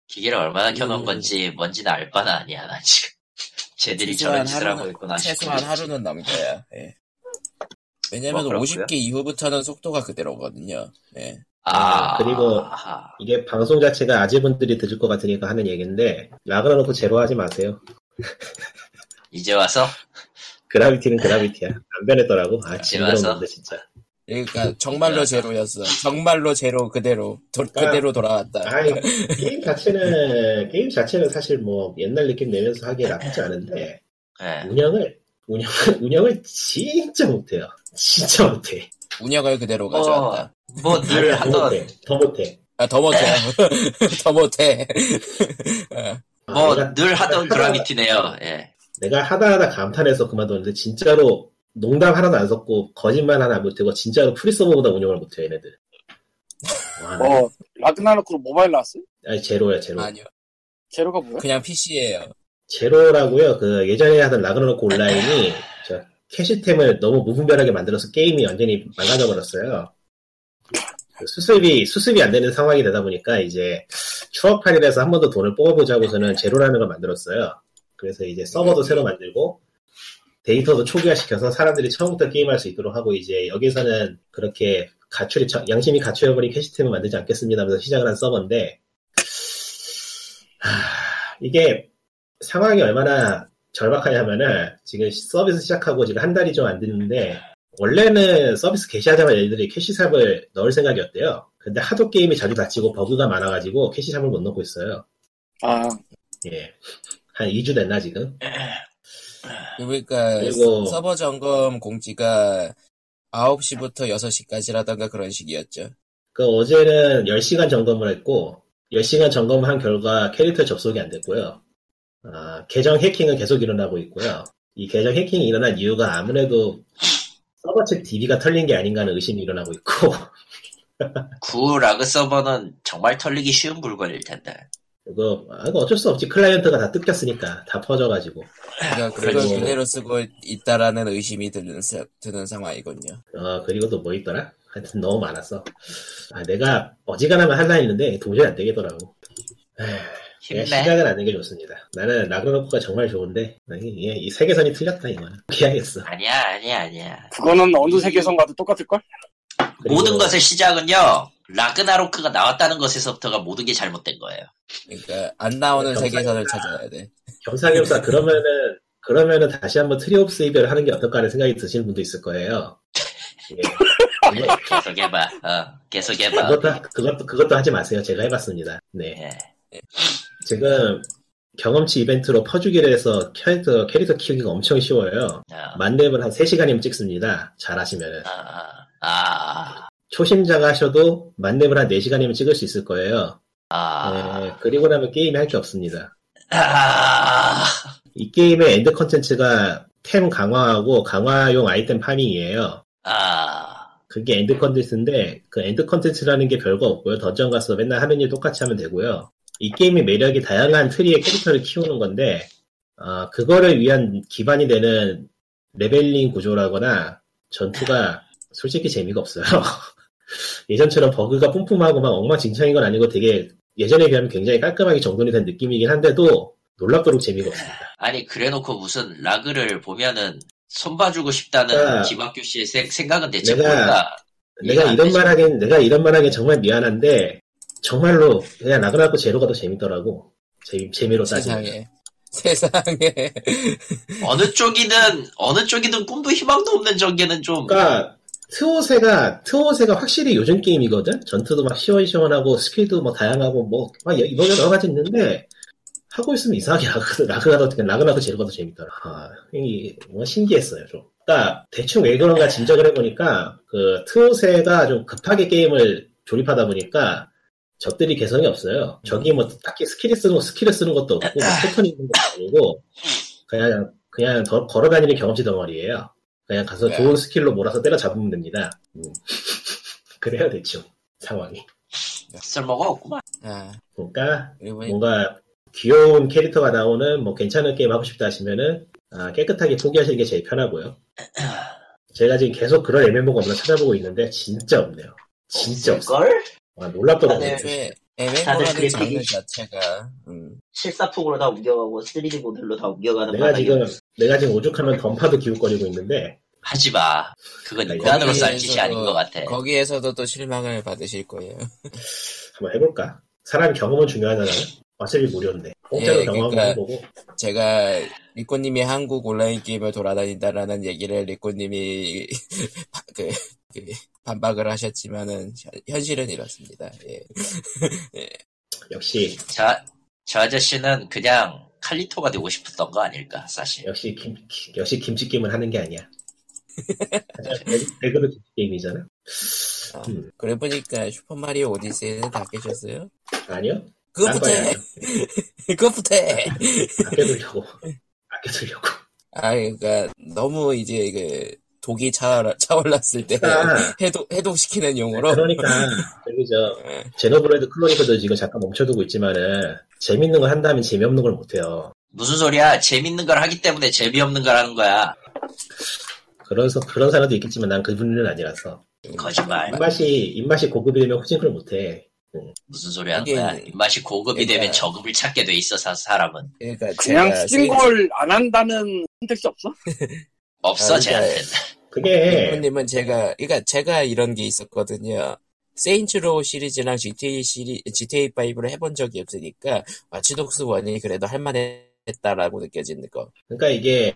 C: 기계를 얼마나 켜놓은
A: 음.
C: 건지 뭔지는 알 바는 아니야 나 지금. 쟤들이
A: 최소한
C: 저런 짓을 하고
A: 하루는-
C: 있구나 싶고
A: 최소한 하루는 넘겨야, 예. 왜냐면
C: 뭐 그렇고요.
A: 50개 이후부터는 속도가 그대로거든요. 예.
C: 아
D: 네, 그리고-
C: 아하.
D: 이게 방송 자체가 아재분들이 들을 것 같으니까 하는 얘기인데 라그나놓고 제로하지 마세요.
C: 이제 와서
D: 그라비티는 그라비티야. 안 변했더라고. 아
C: 맞아.
D: 징그러운데 진짜. 음.
A: 그러니까 정말로 제로였어. 정말로 제로 그대로, 도- 그대로 돌아왔다.
D: 아. 아이 게임 자체는 게임 자체는 사실 뭐 옛날 느낌 내면서 하기에 나쁘지 않은데
C: 예.
D: 운영을 운영 운영을 진짜 못해요. 진짜 못해.
A: 운영을 그대로 가져왔다.
D: 네,
C: 뭐 늘
D: 더
C: 하던
D: 못해. 더 못해.
A: 아, 더 못해. 더 못해.
D: 아,
C: 뭐
D: 내가,
C: 늘 하던 그라비티네요. 예.
D: 내가 하다 하다 감탄해서 그만뒀는데 진짜로 농담 하나도 안 섞고 거짓말 하나 안 못하고 진짜로 프리서버보다 운영을 못해요 얘네들. 와, 나-
B: 뭐 라그나로크로 모바일 나왔어요?
D: 아니 제로야 제로.
A: 어. 아니요.
B: 제로가 뭐야?
A: 그냥 PC예요.
D: 제로라고요. 그 예전에 하던 라그나로크 온라인이 저 캐시템을 너무 무분별하게 만들어서 게임이 완전히 망가져 버렸어요. 수습이 수습이 안 되는 상황이 되다 보니까 이제 추억팔이라서 한 번 더 돈을 뽑아보자고서는 제로라는 걸 만들었어요. 그래서 이제 서버도 새로 만들고 데이터도 초기화시켜서 사람들이 처음부터 게임할 수 있도록 하고 이제 여기서는 그렇게 가출이 처- 양심이 가출해버린 캐시템을 만들지 않겠습니다 하면서 시작을 한 서버인데 하, 이게 상황이 얼마나 절박하냐면은 지금 서비스 시작하고 지금 한 달이 좀 안 됐는데 원래는 서비스 개시하자마자 얘들이 캐시샵을 넣을 생각이었대요. 근데 하도 게임이 자주 다치고 버그가 많아가지고 캐시샵을 못 넣고 있어요.
B: 아
D: 예. 한 2주 됐나 지금?
A: 그러니까
D: 그리고-
A: 서버 점검 공지가 9시부터 6시까지라던가 그런 식이었죠.
D: 그 어제는 10시간 점검을 했고 10시간 점검한 결과 캐릭터 접속이 안 됐고요. 아, 계정 해킹은 계속 일어나고 있고요. 이 계정 해킹이 일어난 이유가 아무래도 서버 측 DB가 털린 게 아닌가 하는 의심이 일어나고 있고
C: 구 라그 서버는 정말 털리기 쉬운 물건일 텐데.
D: 이거, 아, 이거 어쩔 수 없지. 클라이언트가 다 뜯겼으니까. 다 퍼져가지고.
A: 그러니까 그걸
D: 그리고-
A: 그대로 쓰고 있다라는 의심이 드는, 사- 드는 상황이군요.
D: 어, 그리고 또 뭐 있더라? 하여튼 너무 많았어. 아, 내가 어지간하면 할라 했는데 도저히 안 되겠더라고. 에휴, 그냥
C: 힘내.
D: 네, 시작을 안 하는 게 좋습니다. 나는 라그나로크가 정말 좋은데, 나는 이게 이 세계선이 틀렸다, 이거는. 피하겠어.
C: 아니야 아니야 아니야.
B: 그거는 어느 세계선 가도 똑같을 걸?
D: 그리고-
C: 모든 것의 시작은요. 라그나로크가 나왔다는 것에서부터가 모든 게 잘못된 거예요.
A: 그러니까 안 나오는
D: 네, 감사합니다.
A: 세계선을 찾아야 돼.
D: 겸사겸사, 그러면은, 그러면은 다시 한번 트리옵스 이별을 하는 게 어떨까 하는 생각이 드시는 분도 있을 거예요. 예. 그거-
C: 계속 해봐. 어, 계속 해봐.
D: 그것도, 그것도, 그것도 하지 마세요. 제가 해봤습니다. 네.
C: 예.
D: 지금 경험치 이벤트로 퍼주기를 해서 캐릭터, 캐릭터 키우기가 엄청 쉬워요.
C: 어,
D: 만렙은 한 3시간이면 찍습니다. 잘하시면은.
C: 아, 아, 아,
D: 초심자가 하셔도 만렙을 한 4시간이면 찍을 수 있을 거예요.
C: 아,
D: 네, 그리고 나면 게임이 할 게 없습니다.
C: 아,
D: 이 게임의 엔드 컨텐츠가 템 강화하고 강화용 아이템 파밍이에요.
C: 아,
D: 그게 엔드 컨텐츠인데 그 엔드 컨텐츠라는 게 별거 없고요. 던전 가서 맨날 하는 일 똑같이 하면 되고요. 이 게임의 매력이 다양한 트리의 캐릭터를 키우는 건데 아, 그거를 위한 기반이 되는 레벨링 구조라거나 전투가 솔직히 재미가 없어요. 예전처럼 버그가 뿜뿜하고 막 엉망진창인 건 아니고 되게 예전에 비하면 굉장히 깔끔하게 정돈이 된 느낌이긴 한데도 놀랍도록 재미가 없습니다.
C: 아니 그래놓고 무슨 라그를 보면은 손봐주고 싶다는
D: 그러니까
C: 김학규 씨의 생- 생각은 대체
D: 내가
C: 뭘까?
D: 내가
C: 이해가 안
D: 이런
C: 되죠.
D: 말 하긴, 내가 이런 말 하긴 정말 미안한데, 정말로 그냥 라그나코 제로가 더 재밌더라고. 재미, 재미로 따지면.
A: 세상에. 세상에.
C: 어느 쪽이든 어느 쪽이든 꿈도 희망도 없는 전개는 좀
D: 그러니까, 트오세가, 트오세가 확실히 요즘 게임이거든? 전투도 막 시원시원하고, 스킬도 뭐 다양하고, 뭐, 막 여- 이런 여러 가지 있는데, 하고 있으면 이상하게 라그나- 라그나코, 라그나코 제로가 더 재밌더라. 아, 이, 뭔가 신기했어요, 좀. 그러니까, 대충 왜 그런가 짐작을 해보니까, 그, 트오세가 좀 급하게 게임을 조립하다 보니까, 적들이 개성이 없어요. 적이 뭐 딱히 스킬을 쓰는, 스킬을 쓰는 것도 없고, 뭐 패턴이 있는 것도 아니고, 그냥, 그냥 더- 걸어다니는 경험치 덩어리예요 그냥 가서
A: 네.
D: 좋은 스킬로 몰아서 때려잡으면 됩니다. 음. 그래야 되죠, 상황이.
C: 쓸모가 없구만.
A: 아,
D: 그러니까,
A: 그리고 보니-
D: 뭔가 귀여운 캐릭터가 나오는, 뭐 괜찮은 게임 하고 싶다 하시면은, 아, 깨끗하게 포기하시는 게 제일 편하고요. 제가 지금 계속 그런 MMO가 없나 찾아보고 있는데, 진짜 없네요. 진짜 없어.
C: 걸
D: 와, 놀랍더라고요.
C: 다들
A: 애초에
C: 다들
A: MMO라는
C: 그래픽이-
A: 장르 자체가, 음,
C: 실사폭으로 다 옮겨가고 3D 모델로 다
A: 아,
C: 옮겨가는
D: 내가
C: 바닥에
D: 지금 내가 지금 오죽하면 던파도 기웃거리고 있는데
C: 하지 마. 그건
D: 거기에서도-
C: 인간으로서 할 짓이 아닌 것 같아.
D: 네.
A: 거기에서도 또 실망을 받으실 거예요.
D: 한번 해볼까? 사람 경험은 중요하잖아요. 어차피 무료인데 공짜로
A: 예,
D: 경험한
A: 그러니까-
D: 거 보고
A: 제가 리코님이 한국 온라인 게임을 돌아다닌다라는 얘기를 리코님이 그, 그 반박을 하셨지만은 현- 현실은 이렇습니다. 예.
D: 역시
C: 자, 저 아저씨는 그냥 칼리토가 되고 싶었던 거 아닐까 사실.
D: 역시 김 역시 김치 게임은 하는 게 아니야. 대그도 김치 게임이잖아.
A: 아,
D: 음.
A: 그래 보니까 슈퍼 마리오 오디세이는 다 깨셨어요?
D: 아니요? 딴
A: 그것부터
D: 거야.
A: 해. 그것부터 해.
D: 아껴두려고. 아껴두려고.
A: 아 그러니까 너무 이제 그 독이 차올라, 차올랐을 때
D: 아.
A: 해독 해독시키는 용어로 네.
D: 그러니까 저기죠 제노블레드 크로니크도 지금 잠깐 멈춰두고 있지만은 재밌는 걸 한다면 재미없는 걸 못해요.
C: 무슨 소리야? 재밌는 걸 하기 때문에 재미없는 걸 하는 거야.
D: 그런 서- 그런 사람도 있겠지만 난 그분은 아니라서.
C: 거짓말.
A: 음.
D: 입맛이 입맛이 고급이면 후진을 못해.
C: 무슨 소리 하는
A: 이게-
C: 거야? 입맛이 고급이
A: 그러니까-
C: 되면 저급을 찾게 돼 있어 사- 사람은.
A: 그러니까
B: 그냥
A: 제가
B: 스팅골 안 한다는 선택지 없어?
C: 없어
A: 아,
C: 쟤한테.
D: 그게
A: 님은 제가 그러니까 제가 이런 게 있었거든요. 세인츠로 시리즈랑 GTA 시리 GTA 5를 해본 적이 없으니까 와치독스 1이 그래도 할만했다라고 느껴지는 거.
D: 그러니까 이게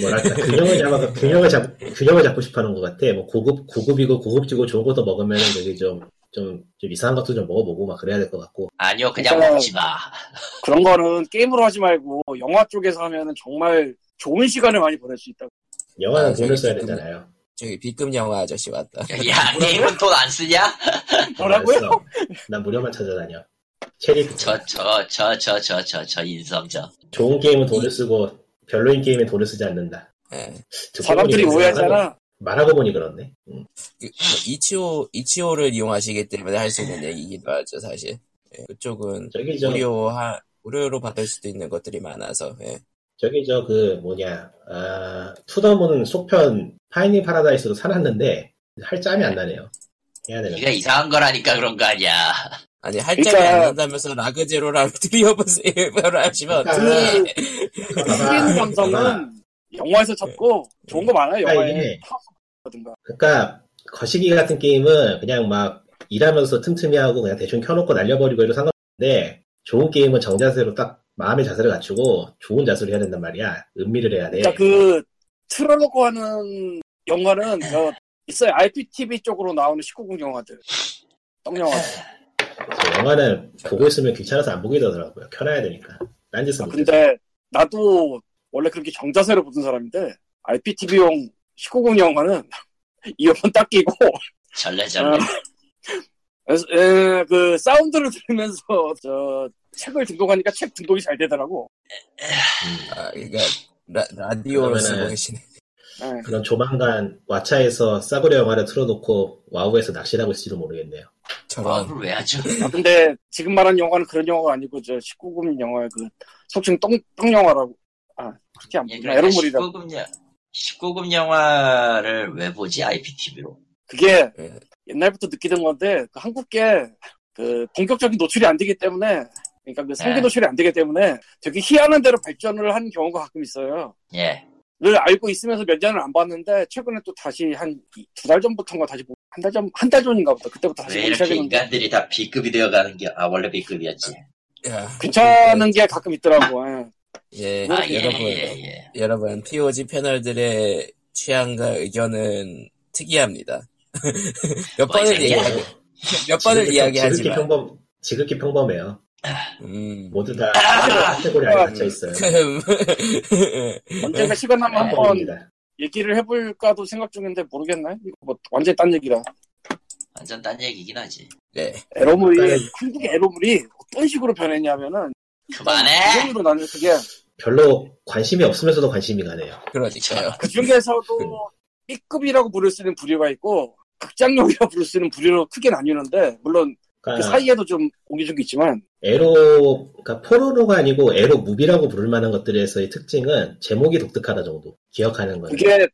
D: 뭐랄까 균형을 잡아 균형을 잡 균형을 잡고 싶어하는 것 같아. 뭐 고급 고급이고 고급지고 좋은 것도 먹으면 되게 좀좀 좀, 좀 이상한 것도 좀 먹어보고 막 그래야 될 것 같고.
C: 아니요 그냥
B: 그러니까-
C: 먹지 마.
B: 그런 거는 게임으로 하지 말고 영화 쪽에서 하면은 정말 좋은 시간을 많이 보낼 수 있다고.
D: 영화는
A: 아,
D: 돈을 써야
A: 저기
D: 되잖아요.
A: 저기 B급 영화 아저씨 왔다.
C: 야
A: 그러니까
C: 게임은 돈 안 쓰냐?
B: 뭐라고요?
D: 아, 알았어. 난 무료만 찾아다녀. 체리
C: 저 저 저 저 저 저 저 인성 저.
D: 좋은 게임은 돈을 쓰고 별로인 게임은 돈을 쓰지 않는다.
A: 예.
D: 듣고
B: 사람들이
D: 보니
B: 오해하잖아.
D: 말하고 보니 그렇네. 음.
A: 그, 뭐 이치오 이치오를 이용하시기 때문에 할 수 있는 얘기기도 하죠 사실. 예, 그쪽은
D: 저기 저
A: 무료 하 무료로 받을 수도 있는 것들이 많아서. 예.
D: 저기 저 그 뭐냐 아 투더문 속편 파이닝 파라다이스도 사놨는데 할 짬이 안 나네요. 해야 되는.
C: 네가 이상한 거라니까 그런 거 아니야.
A: 아니 할자이
B: 그러니까-
A: 안 난다면서 라그제로랑 드리어버세이버를 하시면
D: 그러니까-
A: 어떡해.
D: 아,
B: 스크린 감성은 영화에서 찾고 좋은 거 많아요.
D: 아,
B: 영화에
D: 이게-
B: 파워든가
D: 그러니까 거시기 같은 게임은 그냥 막 일하면서 틈틈이 하고 그냥 대충 켜놓고 날려버리고 이런 상관없는데 좋은 게임은 정자세로 딱 마음의 자세를 갖추고 좋은 자세로 해야 된단 말이야. 음미를 해야 돼.
B: 그러니까 그 틀어놓고 하는 영화는 저 있어요. IPTV 쪽으로 나오는 19금 영화들. 떡 영화.
D: 그래서 영화는 보고 있으면 귀찮아서 안 보게 되더라고요. 켜놔야 되니까. 딴짓은
B: 아,
D: 못
B: 근데 나도 원래 그렇게 정자세로 보던 사람인데 IPTV용 19금 영화는 이어폰 딱 끼고
C: 절레절레.
B: 그래서, 에, 그 사운드를 들으면서 저 책을 등록하니까 책 등록이 잘 되더라고.
A: 아, 그러니까 라, 라디오로
D: 그러면은-
A: 쓰고 계시네.
B: 예.
D: 그럼 조만간 왓챠에서 싸구려 영화를 틀어놓고 와우에서 낚시를 하고 있을지도 모르겠네요. 어,
A: 저런.
C: 마음을 왜 하죠?
B: 아, 근데 지금 말한 영화는 그런 영화가 아니고 저 19금 영화의 그 속칭 똥, 똥 영화라고. 아 그렇게 안
C: 예,
B: 보나
C: 그러니까
B: 에러물이라.
C: 19금, 여- 19금 영화를 왜 보지? IPTV로.
B: 그게
A: 예.
B: 옛날부터 느끼던 건데 그 한국계 그 본격적인 노출이 안 되기 때문에 그러니까 그 상기
C: 네.
B: 노출이 안 되기 때문에 되게 희한한 대로 발전을 하는 경우가 가끔 있어요.
C: 예.
B: 알고 있으면서 몇 년을 안 봤는데 최근에 또 다시 한 두 달 전부터인가 다시 한 달 전 한 달 전인가 보다 그때부터 다시
C: 왜
B: 보기
C: 이렇게
B: 시작했는데
C: 인간들이 다 B급이 되어가는 게, 아, 원래 B급이었지.
A: 야,
B: 괜찮은 게 가끔 있더라고. 예.
A: 예,
C: 아, 예,
A: 여러분,
C: 예, 예.
A: 여러분, POG 패널들의 취향과 의견은 특이합니다. 몇
C: 뭐, 이
A: 번을
C: 새끼야.
A: 이야기, 예, 몇 번을
D: 지극히
A: 이야기하지만,
D: 평범, 지극히 평범해요.
A: 음,
D: 모두 다 카테고리 안에 갇혀 있어요.
B: 예. 언젠가 시간 나면 한번
D: 평범입니다.
B: 얘기를 해볼까도 생각 중인데 모르겠네. 이거 뭐 완전히 딴 얘기라.
C: 완전 딴 얘기긴 하지.
A: 네,
B: 에로물이
D: 그러니까는-
B: 한국의 에로물이 어떤 식으로 변했냐면은
C: 그만해!
B: 지금으로 나는 그게
D: 별로 관심이 없으면서도 관심이 가네요.
A: 그러니까요.
B: 그 중에서도 B급이라고 부를 수 있는 부류가 있고 극장용이라고 부를 수 있는 부류로 크게 나뉘는데 물론 그
D: 그러니까
B: 사이에도 좀 옹기종기 있지만
D: 에로, 그러니까 포로로가 아니고 에로 무비라고 부를 만한 것들에서의 특징은 제목이 독특하다 정도 기억하는 거예요.
B: 그게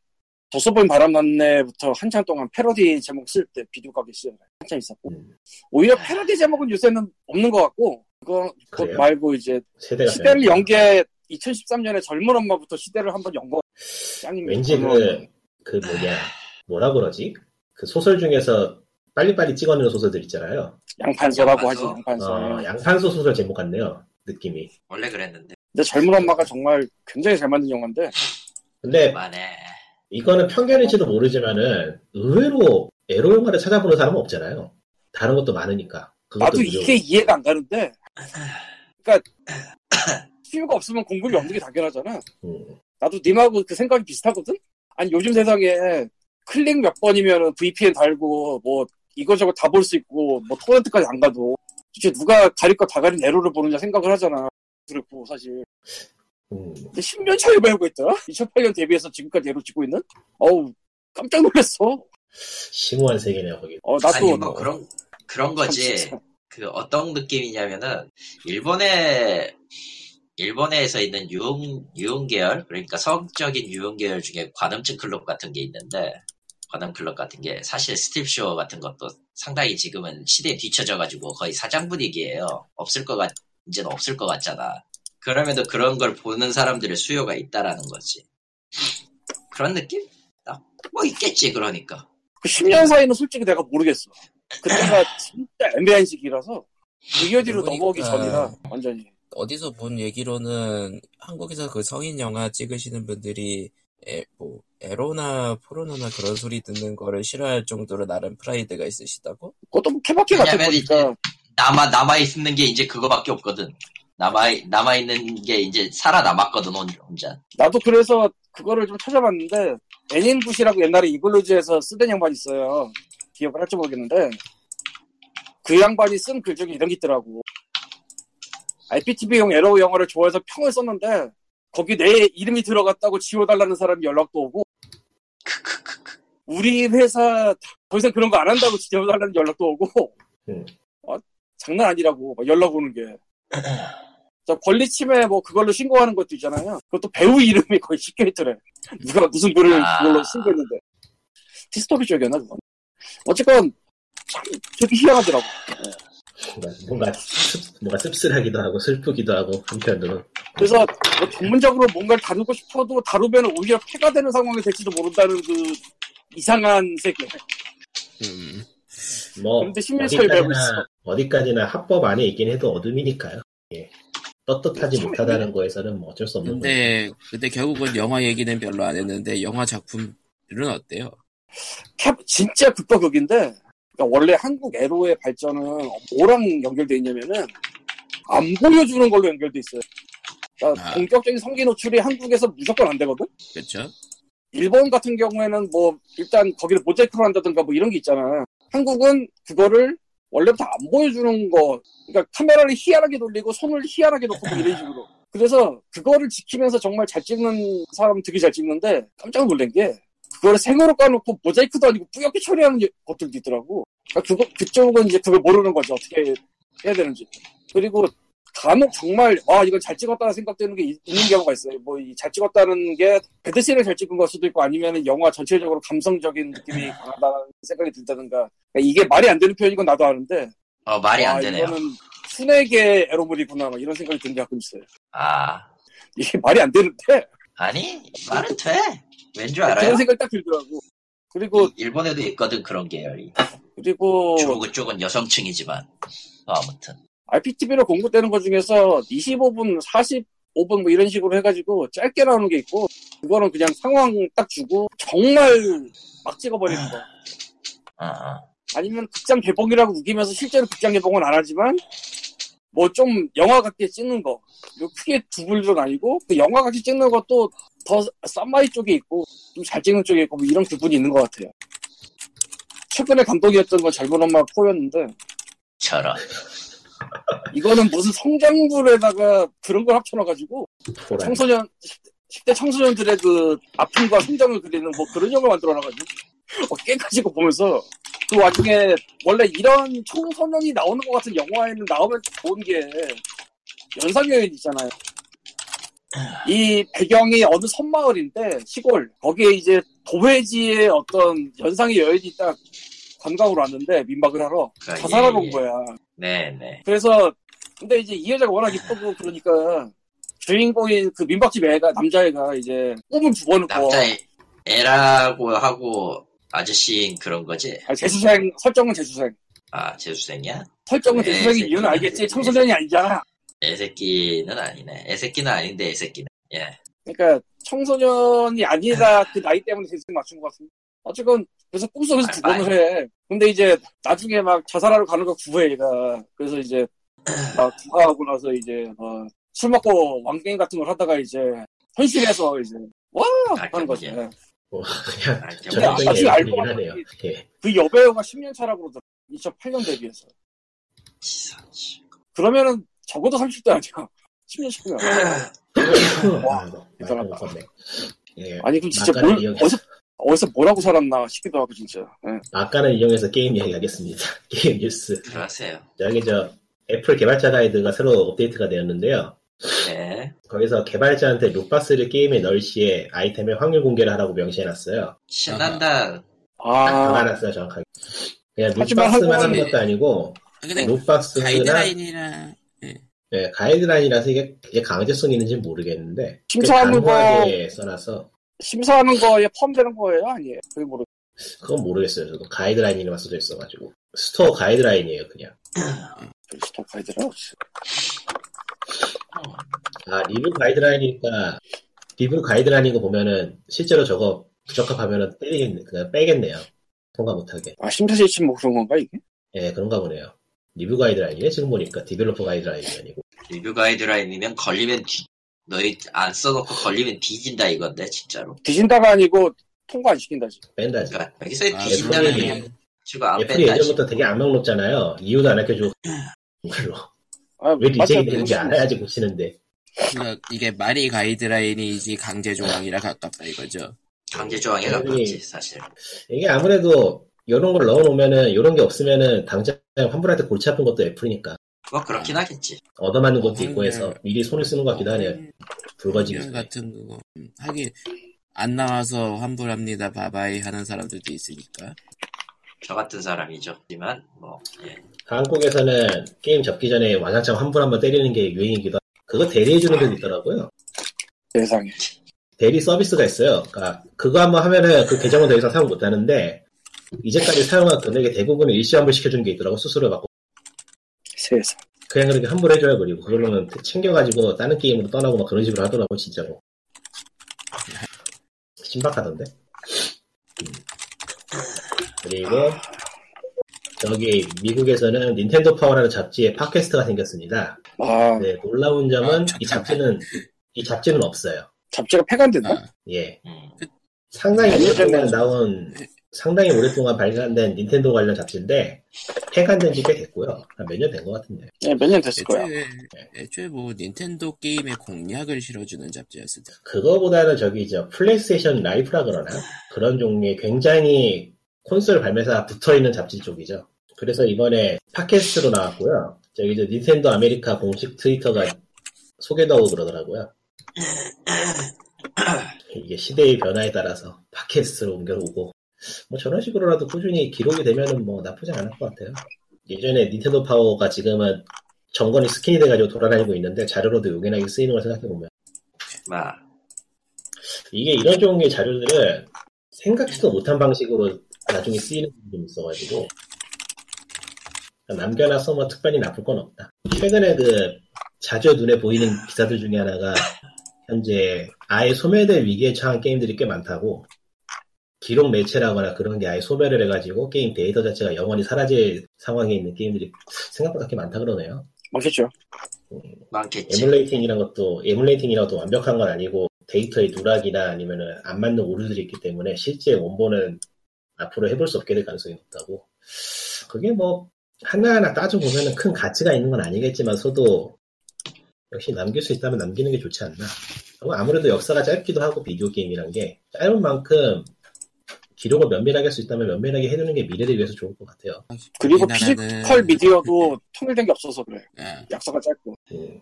B: 도서본 바람났네부터 한참 동안 패러디 제목 쓸 때 비디오 가게 시절 한참 있었고
D: 음.
B: 오히려 패러디 제목은 요새는 없는 것 같고 그거 그것
D: 그래요?
B: 뭐 말고 이제
D: 세대가
B: 시대를
D: 변했구나.
B: 연계 2013년에 젊은 엄마부터 시대를 한번 연거 짱입니다. 뭐
D: 왠지 그, 그 뭐냐, 뭐라 그러지? 그 소설 중에서 빨리빨리 찍어내는 소설들 있잖아요.
B: 양판서라고 하지
C: 양판서.
B: 양판서.
D: 어, 양산소 소설 제목 같네요, 느낌이.
C: 원래 그랬는데.
B: 근데 젊은 엄마가 정말 굉장히 잘 만든 영화인데
D: 근데
C: 그만해.
D: 이거는 편견일지도 모르지만은 의외로 에로 영화를 찾아보는 사람은 없잖아요. 다른 것도 많으니까. 그것도
B: 나도
D: 무료로.
B: 이게 이해가 안 가는데 그러니까 수요가 없으면 공급이 없는 게 당연하잖아.
D: 음.
B: 나도 님하고 그 생각이 비슷하거든? 아니, 요즘 세상에 클릭 몇 번이면 VPN 달고, 뭐, 이거저거 다 볼 수 있고, 뭐, 토렌트까지 안 가도. 도대체 누가 가릴 거 다 가린 에로를 보느냐 생각을 하잖아. 그렇고, 사실.
D: 음.
B: 근데 10년 차이 배우고 있더라? 2008년 데뷔해서 지금까지 에로 찍고 있는? 어우, 깜짝 놀랐어.
D: 심오한 세계네요, 거기.
B: 어, 나도.
C: 아니, 뭐, 그런, 그런
B: 참
C: 거지.
B: 진짜.
C: 그 어떤 느낌이냐면은 일본에 일본에서 있는 유흥 유흥 계열 그러니까 성적인 유흥 계열 중에 관음증 클럽 같은 게 있는데 관음 클럽 같은 게 사실 스틸쇼 같은 것도 상당히 지금은 시대에 뒤쳐져 가지고 거의 사장 분위기예요. 없을 것 같, 이제는 없을 것 같잖아. 그럼에도 그런 걸 보는 사람들의 수요가 있다라는 거지. 그런 느낌? 아, 뭐 있겠지 그러니까.
B: 그 10년 사이는 솔직히 내가 모르겠어. 그때가
C: 아.
B: 진짜 애매한 시기라서. 의어디로
A: 그러니까.
B: 넘어오기 전이라, 완전히.
A: 어디서 본 얘기로는 한국에서 그 성인 영화 찍으시는 분들이 에, 뭐 에로나 포르노나 그런 소리 듣는 거를 싫어할 정도로 나름 프라이드가 있으시다고?
B: 그것도 뭐 케바케 같은
C: 왜냐면
B: 거니까.
C: 남아 남아 있는 게 이제 그거밖에 없거든. 남아 남아 있는 게 이제 살아 남았거든 혼자.
B: 나도 그래서 그거를 좀 찾아봤는데 애닌굿이라고 옛날에 이글로즈에서 쓰던 양반 있어요. 기억을 할지 모르겠는데 그 양반이 쓴 글 중에 이런 게 있더라고. IPTV용 에러 영어를 좋아해서 평을 썼는데 거기 내 이름이 들어갔다고 지워달라는 사람이 연락도 오고 우리 회사 더 이상 그런 거 안 한다고 지워달라는 연락도 오고
D: 음.
B: 어? 장난 아니라고 막 연락 오는 게 자, 권리 침해 뭐 그걸로 신고하는 것도 있잖아요. 그것도 배우 이름이 거의 씻겨 있더래. 누가 무슨 글을
C: 아.
B: 그걸로 신고했는데. 디스토피 쪽이었나, 그건? 어쨌건, 참, 되게 희한하더라고.
D: 뭔가, 뭔가, 씁- 뭔가 씁쓸하기도 하고 슬프기도 하고 한편으로.
B: 그래서, 뭐 전문적으로 뭔가를 다루고 싶어도 다루면 오히려 폐가 되는 상황이 될지도 모른다는 그 이상한 세계.
A: 음,
D: 뭐
B: 근데 십년 차이 배우고 있어.
D: 어디까지나 어디까지나 합법 안에 있긴 해도 어둠이니까요. 예. 떳떳하지
B: 참
D: 못하다는 거에서는 뭐 어쩔 수 없는 거예요.
A: 근데 근데 결국은 영화 얘기는 별로 안 했는데 영화 작품들은 어때요?
B: 캡, 진짜 극과 극인데, 그러니까 원래 한국 에로의 발전은 뭐랑 연결돼 있냐면은, 안 보여주는 걸로 연결돼 있어요. 그러니까
A: 아.
B: 본격적인 성기 노출이 한국에서 무조건 안 되거든?
A: 그렇죠?
B: 일본 같은 경우에는 뭐 일단 거기를 모자이크로 한다든가 뭐 이런 게 있잖아. 한국은 그거를 원래부터 안 보여주는 거, 그러니까 카메라를 희한하게 돌리고 손을 희한하게 놓고 뭐 이런 식으로. 그래서 그거를 지키면서 정말 잘 찍는 사람은 되게 잘 찍는데 깜짝 놀란 게 그거를 생으로 까놓고 모자이크도 아니고 뿌옇게 처리하는 게- 것들도 있더라고. 그러니까 그거, 그쪽은 이제 그걸 모르는 거지 어떻게 해야 되는지. 그리고 간혹 정말 와 이건 잘 찍었다는 생각되는 게 있- 있는 경우가 있어요. 뭐 이 잘 찍었다는 게 배드신을 잘 찍은 걸 수도 있고 아니면 영화 전체적으로 감성적인 느낌이
C: 아.
B: 강하다는 생각이 들다든가 그러니까 이게 말이 안 되는 표현인 건 나도 아는데
C: 어 말이
B: 와,
C: 안 되네요.
B: 이거는 순애계 에로물이구나 막 이런 생각이 드는 게 가끔 있어요.
C: 아
B: 이게 말이 안 되는데
C: 아니 말은 돼. 왠 줄
B: 그런
C: 알아요?
B: 생각 딱 들더라고. 그리고
C: 일본에도 있거든 그런 계열이.
B: 어. 그리고
C: 주로 그쪽은 여성층이지만 어, 아무튼
B: IPTV로 공급되는 것 중에서 25분, 45분 뭐 이런 식으로 해가지고 짧게 나오는 게 있고 그거는 그냥 상황 딱 주고 정말 막 찍어버리는
C: 아.
B: 거.
C: 어, 어.
B: 아니면 극장 개봉이라고 우기면서 실제로 극장 개봉은 안 하지만 뭐 좀 영화 같게 찍는 거. 이거 크게 두 분류는 아니고 그 영화 같이 찍는 것도 더 쌈마이 쪽에 있고 좀 잘 찍는 쪽에 있고 뭐 이런 구분이 있는 것 같아요. 최근에 감독이었던 건 잘못 엄마 포였는데
C: 저런
B: 이거는 무슨 성장물에다가 그런 걸 합쳐놔가지고
D: 보라.
B: 청소년 10대 청소년들의 그 아픔과 성장을 그리는 뭐 그런 영화 만들어놔가지고 어, 깨가지고 보면서 그 와중에 원래 이런 청소년이 나오는 것 같은 영화에는 나오면 좋은 게 연상 여인 있잖아요. 이 배경이 어느 섬마을인데 시골 거기에 이제 도회지에 어떤 연상의 여인이 딱 관광으로 왔는데 민박을 하러
C: 아,
B: 자살하러
C: 예,
B: 온
C: 예.
B: 거야. 어.
C: 네네
B: 그래서 근데 이제 이 여자가 워낙 이쁘고 그러니까 주인공인 그 민박집 애가 남자애가 이제 꿈을 부어놓고
C: 남자 애라고 하고 아저씨인 그런 거지.
B: 아, 재수생 설정은 재수생
C: 아 재수생이야?
B: 설정은
C: 네,
B: 재수생인
C: 네,
B: 이유는
C: 네,
B: 알겠지
C: 네.
B: 청소년이 아니잖아
C: 애새끼는 아니네. 애새끼는 아닌데 애새끼네. 예.
B: 그러니까 청소년이 아니다 그 나이 때문에 재수생 맞춘 것 같은데 어쨌건 그래서 꿈속에서 두 번을 해 근데 이제 나중에 막 자살하러 가는 거 구해 얘가 그래서 이제 막 구하고 나서 이제 어, 막술 먹고 왕게임 같은 걸 하다가 이제 현실에서 이제 와 하는 거지 예.
C: 아,
D: 그냥
C: 아,
B: 근데
D: 전형적인
B: 아직 알고
D: 애들이긴 하네요. 예.
B: 그 여배우가 10년 차라고 그러더라고. 2008년 데뷔해서.
C: 치사, 씨.
B: 그러면은 적어도 30대 아니야. 10년 차면. 와,
D: 아, 너,
B: 대단하다.
D: 말도 못했네. 예.
B: 아니, 그럼 진짜
D: 막간을
B: 뭘,
D: 이용해.
B: 어디서, 어디서 뭐라고 살았나 싶기도 하고, 진짜. 예.
D: 아까는 이용해서 게임 이야기하겠습니다. 게임 뉴스.
C: 들어가세요.
D: 여기 저 애플 개발자 가이드가 새로 업데이트가 되었는데요.
C: 네.
D: 거기서 개발자한테 룩박스를 게임에 넣을 시에 아이템의 확률 공개를 하라고 명시해놨어요.
C: 신난다.
D: 딱
B: 아,
D: 박아놨어요 정확하게. 그냥
B: 하지만
D: 룩박스만 하는
A: 한국은-
D: 것도 아니고
A: 근데
D: 룩박스나
A: 가이드라인이라
D: 예, 가이드라인이라서 이게, 이게 강제성이 있는지 는 모르겠는데
B: 심사하는
D: 되게 단호하게 써놔서
B: 심사하는 거에 포함되는 거예요? 아니에요? 그게 모르
D: 그건 모르겠어요. 저도 가이드라인이라만 써져 있어가지고 스토어 가이드라인이에요 그냥.
B: 스토 가이드라 없어.
D: 아 리뷰 가이드라인이니까 리뷰 가이드라인인 거 보면은 실제로 저거 부적합하면은 때리겠네, 그냥 빼겠네요. 통과 못하게.
B: 아, 심사 지침 뭐 그런 건가, 이게?
D: 예, 그런가 보네요. 리뷰 가이드라인이네, 지금 보니까. 디벨로퍼 가이드라인이 아니고.
C: 리뷰 가이드라인이면 걸리면 뒤- 너희 안 써놓고 걸리면 뒤진다 이건데 진짜로.
B: 뒤진다가 아니고, 통과 안 시킨다지.
D: 뺀다지.
C: 그러니까 여기서
A: 아,
C: 뒤진다는
D: 애플이-
C: 게 지금 안
D: 애플이
C: 뺀다.
D: 예전부터 되게 안먹높잖아요 이유도 안 아껴주고. 별로.
B: 아,
D: 왜
B: 맞아.
D: 리제이 되는지
B: 그렇죠.
D: 알아야지 고치는데.
A: 그러니까 이게 말이 가이드라인이지 강제 조항이라 가깝다 이거죠.
C: 강제 조항에
D: 애플이-
C: 가깝지 사실.
D: 이게 아무래도, 이런 걸 넣어놓으면은, 이런 게 없으면은, 당장 환불한테 골치 아픈 것도 애플이니까.
C: 뭐 그거
D: 아.
C: 그렇긴 하겠지.
D: 얻어맞는 것도
A: 어,
D: 있고
A: 근데-
B: 네.
D: 해서, 미리 손을 쓰는 것 같기도 하네요. 불거지기
A: 의견
D: 전에.
A: 같은 그거 음, 하긴 안 나와서 환불합니다 바바이 하는 사람들도 있으니까
C: 저 같은 사람이죠. 하지만 뭐 예.
D: 한국에서는 게임 접기 전에 완장창 환불 한번 때리는 게 유행이기도 하고, 그거 대리해주는 데도 있더라고요.
B: 세상에.
D: 대리 서비스가 있어요. 그러니까 그거 한번 하면은 그 계정은 더 이상 사용 못 하는데 이제까지 사용한 금액의 대부분을 일시 환불 시켜주는 게 있더라고 수수료 받고
B: 세상.
D: 그냥 그렇게 환불해줘요 그리고 그걸로는 챙겨가지고 다른 게임으로 떠나고 막 그런 식으로 하더라고 진짜로 신박하던데 음. 그리고 저기 미국에서는 닌텐도 파워라는 잡지에 팟캐스트가 생겼습니다.
B: 아,
D: 네, 놀라운 점은
A: 아,
D: 이 잡지는 이 잡지는 없어요.
B: 잡지가 폐간됐나?
A: 아,
D: 예,
C: 음.
D: 상당히
B: 네,
D: 오랫동안
B: 예전에-
D: 나온 상당히 오랫동안 발간된 닌텐도 관련 잡지인데 폐간된 지 꽤 됐고요. 한 몇 년 된 것 같은데.
B: 네, 몇 년 됐을 거야.
A: 애초에 애초에 뭐 닌텐도 게임의 공략을 실어주는 잡지였을 때
D: 그거보다는 저기 저 플레이스테이션 라이프라 그러나 그런 종류의 굉장히 콘솔 발매사 붙어 있는 잡지 쪽이죠. 그래서 이번에 팟캐스트로 나왔고요. 저기 저 닌텐도 아메리카 공식 트위터가 소개도 하고 그러더라고요. 이게 시대의 변화에 따라서 팟캐스트로 옮겨오고 뭐 저런 식으로라도 꾸준히 기록이 되면은 뭐 나쁘지 않을 것 같아요. 예전에 닌텐도 파워가 지금은 정권이 스킨이 돼가지고 돌아다니고 있는데 자료로도 요긴하게 쓰이는 걸 생각해보면
C: 마
D: 이게 이런 종류의 자료들을 생각지도 못한 방식으로 나중에 쓰이는 부분이 있어가지고 남겨놔서 뭐 특별히 나쁠 건 없다. 최근에 그 자주 눈에 보이는 기사들 중에 하나가 현재 아예 소멸될 위기에 처한 게임들이 꽤 많다고 기록 매체라거나 그런 게 아예 소멸을 해가지고 게임 데이터 자체가 영원히 사라질 상황에 있는 게임들이 생각보다 그렇게 많다 그러네요.
B: 맞겠죠.
C: 많겠지.
D: 에뮬레이팅이란 것도 에뮬레이팅이라도 완벽한 건 아니고 데이터의 누락이나 아니면은 안 맞는 오류들이 있기 때문에 실제 원본은 앞으로 해볼 수 없게 될 가능성이 높다고. 그게 뭐 하나하나 따져보면은 큰 가치가 있는 건 아니겠지만서도 역시 남길 수 있다면 남기는 게 좋지 않나. 그리고 아무래도 역사가 짧기도 하고 비디오 게임이란 게 짧은 만큼 기록을 면밀하게 할 수 있다면 면밀하게 해두는 게 미래를 위해서 좋을 것 같아요.
B: 그리고
A: 우리나라는-
B: 피지컬 미디어도 통일된 게 없어서 그래. 요
A: 예,
B: 약속가 짧고.
D: 음,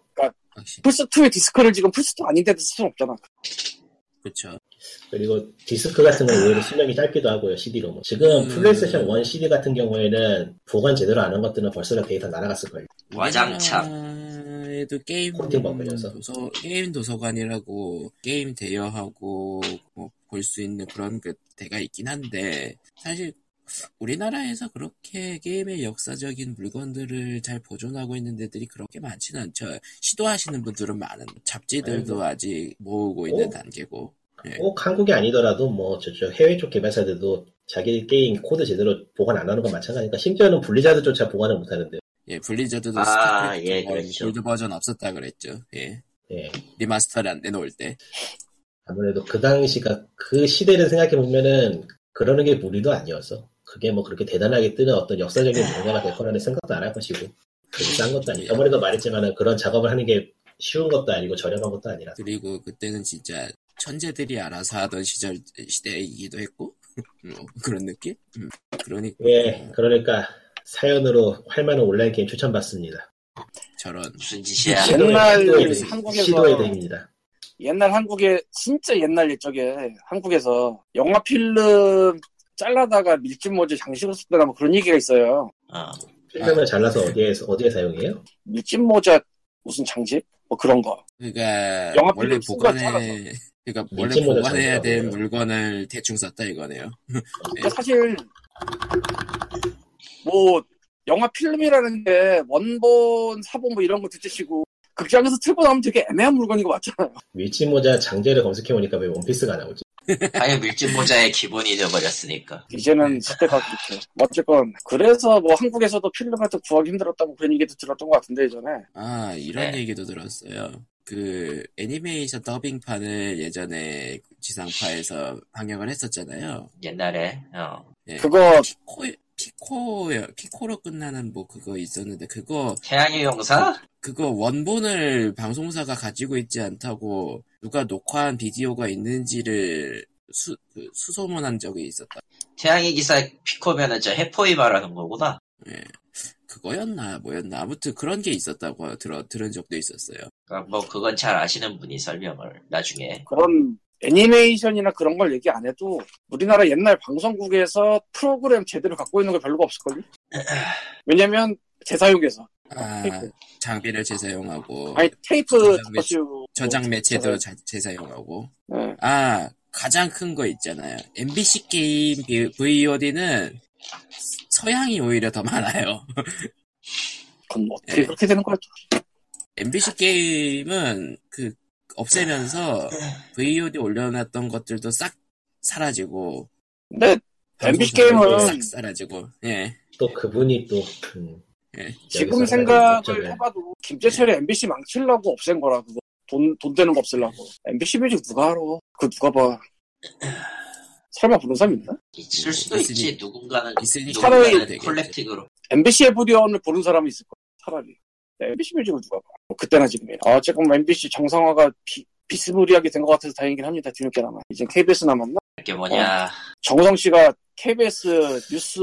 A: 확실히
B: 플스2의 디스크를 지금 플스2 아닌데도 쓸 수는 없잖아.
A: 그렇죠.
D: 그리고 디스크 같은 건 오히려 수명이 짧기도 하고요. CD로. 뭐. 지금
A: 음.
D: 플레이스테이션 1 CD 같은 경우에는 보관 제대로 안 한 것들은 벌써 데이터 날아갔을 거예요.
C: 와장창.
A: 에도 게임
D: 코팅 먹으면서.
A: 도서 게임 도서관이라고 게임 대여하고 뭐 볼 수 있는 그런 그 대가 있긴 한데 사실 우리나라에서 그렇게 게임의 역사적인 물건들을 잘 보존하고 있는 데들이 그렇게 많지는 않죠. 시도하시는 분들은 많은 잡지들도
D: 네.
A: 아직 모으고 있는
D: 오.
A: 단계고. 예.
D: 꼭 한국이 아니더라도 뭐 저쪽 해외 쪽 개발사들도 자기 게임 코드 제대로 보관 안 하는 건 마찬가지니까 심지어는 분리자드조차 보관을 못 하는데.
A: 예, 블리자드도
C: 아,
A: 스타크래프트
C: 예,
A: 뭐
C: 그렇죠.
A: 골드 버전 없었다 그랬죠. 예.
D: 예.
A: 리마스터를 안 내놓을 때.
D: 아무래도 그 당시가 그 시대를 생각해 보면은 그러는 게 무리도 아니어서 그게 뭐 그렇게 대단하게 뜨는 어떤 역사적인 뭔가가 될 거라는 생각도 안 할 것이고 그게 싼 것도 아니고 아무래도 말했지만은 그런 작업을 하는 게 쉬운 것도 아니고 저렴한 것도 아니라
A: 그리고 그때는 진짜 천재들이 알아서 하던 시절 시대이기도 했고 뭐 그런 느낌? 음, 그러니까
D: 예 그러니까 사연으로 할 만한 온라인 게임 추천받습니다
A: 저런
C: 무슨 짓이야.
D: 시도의-
B: 옛날
D: 시도의 대행,
B: 한국에서-
D: 시도의 대입니다
B: 옛날 한국에, 진짜 옛날 옛적에 한국에서 영화 필름 잘라다가 밀짚모지 장식으로 썼다가 뭐 그런 얘기가 있어요.
C: 어.
D: 필름을 잘라서 어디에 어디에 사용해요?
B: 밀짚모자 무슨 장식? 뭐 그런 거.
A: 그러니까
B: 영화
A: 원래
B: 필름 순간
A: 보관해 그러니까 원래
D: 민지모자
A: 보관해야
D: 저거라고요.
A: 될 물건을 대충 썼다 이거네요.
B: 근데 그러니까 사실 뭐 영화 필름이라는 게 원본, 사본 뭐 이런 거 둘째치고 극장에서 틀고 나면 되게 애매한 물건인 거 맞잖아요.
D: 밀짚 모자 장제를 검색해 보니까 왜 원피스가 나오지?
C: 아예 밀짚 모자의 기본이 되어버렸으니까.
B: 이제는 시대가 그렇게. 어쨌건 그래서 뭐 한국에서도 필름 같은 거 구하기 힘들었다고 그런 얘기도 들었던 것 같은데 예전에.
A: 아 이런
C: 네.
A: 얘기도 들었어요. 그 애니메이션 더빙판을 예전에 지상파에서 방영을 했었잖아요.
C: 옛날에. 어.
A: 예.
B: 그거
A: 피코 피코 피코로 끝나는 뭐 그거 있었는데 그거
C: 태양의 용사?
A: 그거 원본을 방송사가 가지고 있지 않다고 누가 녹화한 비디오가 있는지를 수, 그 수소문한 적이 있었다.
C: 태양의 기사 피코면은 저 해포이 말하는 거구나.
A: 그거였나 뭐였나 아무튼 그런 게 있었다고 들어 들은 적도 있었어요.
C: 그러니까 뭐 그건 잘 아시는 분이 설명을 나중에.
B: 그런 애니메이션이나 그런 걸 얘기 안 해도 우리나라 옛날 방송국에서 프로그램 제대로 갖고 있는 거 별로가 없을걸요? 왜냐면 재사용해서
A: 아
B: 테이프.
A: 장비를 재사용하고
B: 아니 뭐, 테이프
A: 저장 매-
B: 덮어씌우고
A: 저장 매체도
B: 재사용.
A: 자- 재사용하고
B: 예.
A: 아 가장 큰 거 있잖아요. MBC 게임 V- VOD는 서양이 오히려 더 많아요.
B: 그건 뭐 어떻게
A: 예.
B: 그렇게 되는 거야?
A: MBC 게임은 그 없애면서 VOD 올려놨던 것들도 싹 사라지고
B: 근데 MBC 게임은
A: 방송사들도 싹 사라지고 예
D: 또 그분이 또 음,
A: 예.
B: 지금
D: 여기서
B: 생각을
D: 갑자기.
B: 해봐도 김재철이 MBC 망치려고 없앤 거라 그거 돈, 돈 되는 거 없애려고 MBC 뮤직 누가 알아? 그 누가 봐 설마 부른 사람 있나?
C: 있을 수도
A: 있으니-
C: 있지. 누군가는
A: 있으니까
C: 누군가는
A: 되겠지.
C: 콜렉팅으로.
B: MBC 에브리온을 보는 사람이 있을 거야 차라리 MBC 뮤직을 누가 봐 뭐, 그때나 지금이나 아, 어쨌건 MBC 정상화가 비, 비스무리하게 된 것 같아서 다행이긴 합니다 뒤늦게나마 이제 KBS 남았나?
C: 이게 뭐냐.
B: 정우성 씨가 KBS 뉴스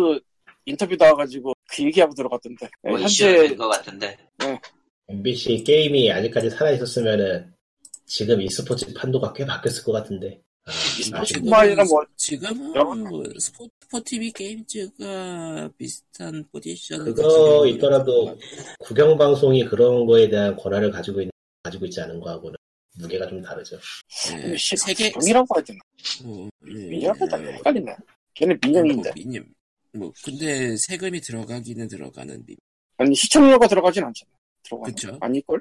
B: 인터뷰 나와가지고 그 얘기하고 들어갔던데 예,
C: 뭐 이슈가
B: 현재
C: 된것 같은데.
D: MBC 게임이 아직까지 살아있었으면은 지금 e스포츠 판도가 꽤 바뀌었을 것 같은데. 아,
B: e스포츠
D: 아쉽네.
A: 지금은
B: 뿐만 아니라 뭐-
A: 지금은
B: 영화-
A: 뭐 스포 스포 TV 게임즈가 비슷한 포지션
D: 그거 있더라도 구경방송이 그런 거에 대한 권한을 가지고 있는, 가지고 있지 않은 거하고는 무게가 좀 다르죠.
A: 네, 세계
B: 민영이라고 해야 되나?
A: 뭐, 네,
B: 민영이라고 해야 되나?
A: 네.
B: 헷갈리네. 걔는
A: 뭐,
B: 민영인데.
A: 미님. 뭐 근데 세금이 들어가기는 들어가는 미-
B: 아니, 시청료가 들어가진 않잖아. 들어가는.
A: 그쵸.
B: 아닐걸?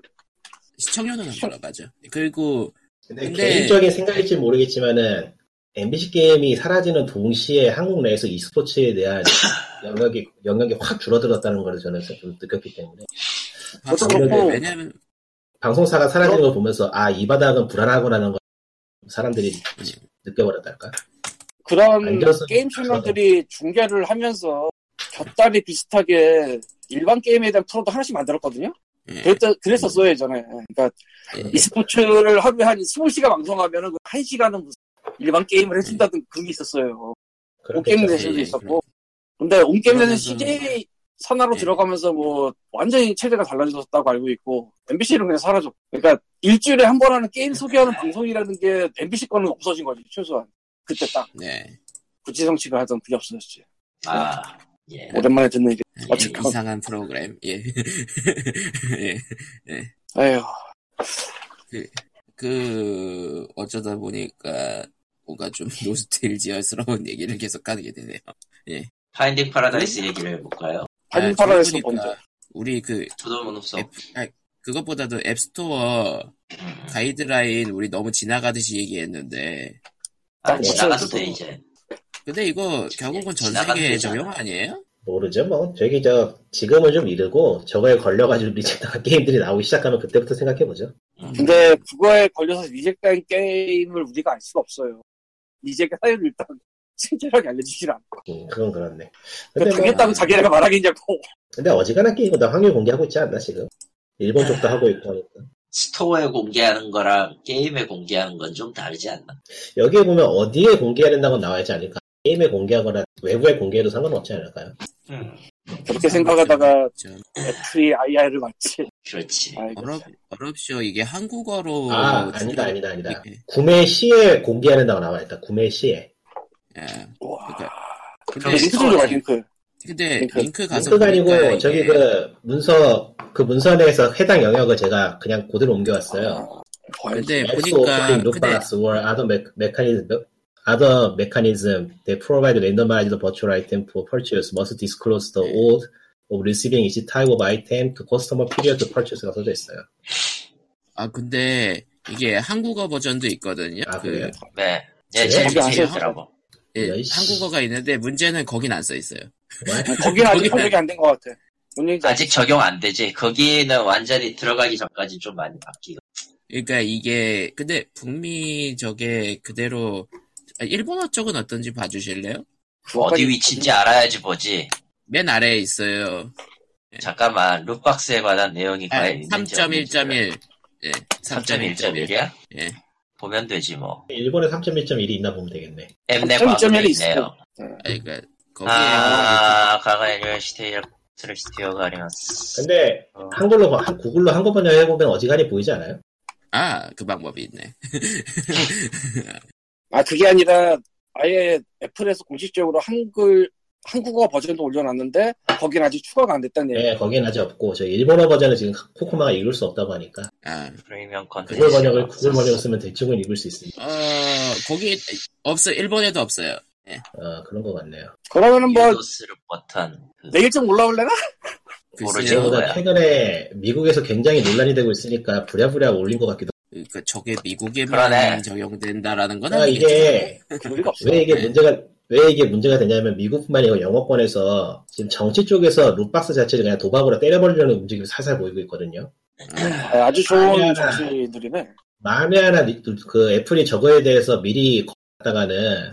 A: 시청료는 안 올라가죠. 그리고
D: 근데,
A: 근데-
D: 개인적인 생각일지 모르겠지만은 MBC 게임이 사라지는 동시에 한국 내에서 e스포츠에 대한 영역이 영역이 확 줄어들었다는 걸 저는 좀 느꼈기 때문에
B: 그것도
A: 방송을-
D: 그렇고-
A: 왜냐면
D: 방송사가 사라지는 걸 보면서 아 이 바닥은 불안하구나는 걸 사람들이 느껴버렸달까.
B: 그런
D: 안전성-
B: 게임 실명들이 중계를 하면서 곁다리 비슷하게 일반 게임에 대한 프로도 하나씩 만들었거든요?
A: 예,
B: 그랬, 그랬었어요, 예전에. 그러니까
A: 예.
B: e스포츠를 하루에 한 20시간 방송하면은 그한시간은 무슨 일반 게임을 해준다든 그게 있었어요. 게임
D: 그렇겠죠.
A: 네.
B: 대신도
A: 예,
B: 있었고. 근데 온게임에는
A: 그러면서-
B: CJ 산하로
A: 예.
B: 들어가면서 뭐 완전히 체제가 달라졌다고 알고 있고 MBC는 그냥 사라졌고 그러니까 일주일에 한 번 하는 게임 소개하는 방송이라는 게 MBC 거는 없어진 거지 최소한 그때 딱
A: 네.
B: 구치성치가 하던 그게 없어졌지
C: 아, 예.
B: 오랜만에 듣는 얘기
A: 예,
B: 어, 어쨌건.
A: 이상한 프로그램. 예. 예.
B: 에휴
A: 아, 그 어쩌다 보니까 뭔가 좀 노스틸지어스러운 얘기를 계속 하게 되네요.
C: 파인딩 파라다이스 얘기를 해볼까요?
A: 아,
B: 파인 파라에서
A: 그러고 보니까
B: 뭔데
A: 우리 그
C: 두더문 없어.
A: 앱, 아, 그것보다도 앱스토어 가이드라인 우리 너무 지나가듯이 얘기했는데
C: 아,
B: 딱
C: 지나가서
B: 붙여서
C: 돼, 이제.
A: 근데 이거 결국은 전
C: 지나가는
A: 세계에
C: 거잖아.
A: 적용 아니에요?
D: 모르죠 뭐 저기 저 지금은 좀 이르고 저거에 걸려가지고 리젠다가 게임들이 나오기 시작하면 그때부터 생각해보죠.
C: 음.
B: 근데 그거에 걸려서 리젝트한 게임을 우리가 알 수가 없어요 리젝트 사유를 일단 친절하게 알려주질 않고
D: 음, 그건 그렇네. 근데,
B: 근데
D: 뭐-
B: 당했다고 자기네가 말하겠냐고
D: 근데 어지간한 게임은 다 확률 공개하고 있지 않나 지금? 일본 쪽도 하고 있고 하니까.
C: 스토어에 공개하는 거랑 게임에 공개하는 건 좀 다르지 않나?
D: 여기에 보면 어디에 공개해야 된다고 나와야지 않을까? 게임에 공개하거나 외부에 공개해도 상관없지 않을까요?
C: 음.
B: 그렇게 생각하다가
A: 좀
B: 애플이 IR을 맞지
C: 그렇지.
B: 아이고.
A: 어렵 어렵쇼 이게 한국어로
D: 아,
A: 지금-
D: 아니다, 아니다, 아니다.
A: 예,
D: 구매 시에 공개해야 된다고 나와 있다. 구매 시에.
A: 예.
D: 아,
B: 와.
A: 근데
B: 링크
A: 어,
B: 좀 줘봐, 링크.
A: 근데
B: 링크.
A: 링크 가서
D: 링크가 아니고
A: 보니까
D: 저기
A: 이게-
D: 그 문서 그 문서 내에서 해당 영역을 제가 그냥 그대로 옮겨왔어요.
B: 봐야지.
A: 근데
D: 엑스
A: 예, 보니까 근데
D: 오프닝 룩박스 월 아더 메카니즘 아더 메카니즘 they provide randomized virtual item for purchase must disclose the
A: 네.
D: old of receiving each type of item to customer period to purchase가 써져 있어요.
A: 아 근데 이게 한국어 버전도 있거든요.
D: 아,
A: 그
D: 그래요?
C: 네. 예,
D: 예,
C: 제일
B: 거기 안
C: 제일
B: 써있어.
C: 더라고.
A: 예,
D: 야이씨.
A: 한국어가 있는데 문제는 거긴 안 써 있어요.
B: 거긴 아직
A: 거기는-
B: 협력이 안 된 것 같아. 뭔 얘기인지 알지?
C: 아직 적용 안 되지. 거기는 완전히 들어가기 전까지 좀 많이 바뀌고.
A: 그러니까 이게 근데 북미 저게 그대로 아, 일본어 쪽은 어떤지 봐주실래요?
C: 어디
B: 그거까지-
C: 위치인지 알아야지 보지.
A: 맨 아래에 있어요.
C: 잠깐만, 룩박스에 관한 내용이
A: 네,
C: 과연 있는지.
A: 3.1.1. 예, 3.1.1.
C: 3.1.1이야?
A: 예.
C: 보면 되지 뭐.
D: 일본에 3.1.1이 있나 보면 되겠네.
C: 엠넷
B: 3.1
C: 광고도
B: 이 어, 예, 있어.
C: 있네요.
A: 아니, 그러니까 거기에
C: 아, 강한 유니시티의 트레시티어가 아리마스.
D: 근데
C: 어.
D: 한글로 번- 한- 구글로 한글 번역해 보면 어지간히 보이지 않아요?
A: 아, 그 방법이 있네.
B: 아, 그게 아니라 아예 애플에서 공식적으로 한글, 한국어 버전도 올려놨는데, 거긴 아직 추가가 안 됐다는 얘기.
D: 네, 거기는 아직 없고 저 일본어 버전은 지금 코코마가 읽을 수 없다고 하니까
A: 아,
C: 프리미엄 컨텐츠.
D: 구글 번역을 구글 번역을 쓰면 대충은 읽을 수 있습니다.
A: 어, 거기 없어 일본에도 없어요.
D: 어, 그런 것 같네요.
B: 그러면은 뭐,
C: 유도스를 버튼. 그
B: 내일 좀 올라올래나?
C: 모르지.
A: 글쎄요.
D: 그보다
C: 뭐야.
D: 최근에 미국에서 굉장히 논란이 되고 있으니까 부랴부랴 올린 것 같기도.
A: 그러니까 저게 미국에만
C: 그러네.
A: 적용된다라는 건
D: 하고 아,
A: 아니겠죠.
D: 이게
B: 그거리가 없어.
D: 왜 이게 문제가 왜 이게 문제가 되냐면 미국뿐만 아니라 영어권에서 지금 정치 쪽에서 룩박스 자체를 그냥 도박으로 때려버리려는 움직임이 살살 보이고 있거든요.
A: 아,
B: 아, 아주 좋은
D: 아니야.
B: 정치인들이네.
D: 만에 하나 리- 그 애플이 저거에 대해서 미리 갔다가는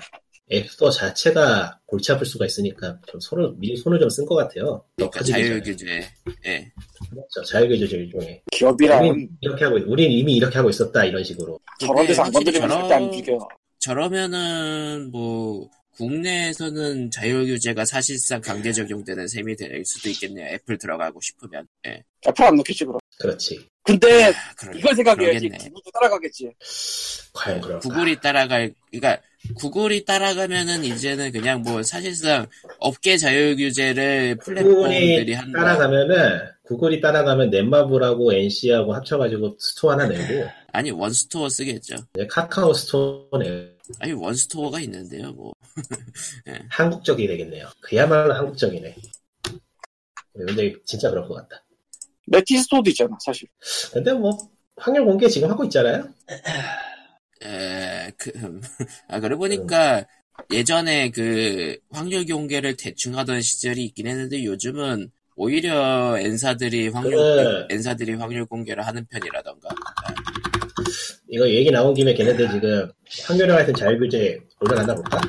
D: 앱스토어 자체가 골치 아플 수가 있으니까 좀 손을 미리 손을 좀 쓴 것 같아요. 그렇죠.
A: 그러니까 자유 규제. 예.
D: 자유규제 일종의
B: 기업이랑
D: 우린 이렇게 하고 있- 우린 이미 이렇게 하고 있었다 이런 식으로.
B: 저런 데서 안
A: 근데
B: 건드리면
A: 확실히
B: 절대 안
A: 저런-
B: 비벼.
A: 저러면은 뭐 국내에서는 자율 규제가 사실상 강제 적용되는 셈이 될 수도 있겠네요. 애플 들어가고 싶으면. 예.
B: 애플 안 넣겠지, 그럼.
D: 네. 그렇지.
B: 근데
A: 아, 그러려-
B: 이걸 생각해야지
A: 그러겠네.
B: 구글도 따라가겠지.
D: 과연 그럴까?
A: 구글이 따라갈 그러니까 구글이 따라가면은 이제는 그냥 뭐 사실상 업계 자율 규제를 플랫폼들이
D: 구글이
A: 한다.
D: 따라가면은 구글이 따라가면 넷마블하고 NC하고 합쳐가지고 스토어 하나 내고
A: 아니 원스토어 쓰겠죠.
D: 이제 카카오 스토어 내
A: 아니 원스토어가 있는데요. 뭐
D: 한국적이 되겠네요. 그야말로 한국적이네. 근데 진짜 그럴 것 같다.
B: 매티스토도 있잖아 사실.
D: 근데 뭐 확률 공개 지금 하고 있잖아요.
A: 에, 그, 아, 그러고 보니까
D: 네.
A: 예전에 그 확률 경계를 대충 하던 시절이 있긴 했는데 요즘은 오히려 엔사들이 확률,
D: 그-
A: 엔사들이 확률 공개를 하는 편이라던가.
D: 이거 얘기 나온 김에 걔네들 지금 확률형 하여튼 자율규제 올려놨나 볼까?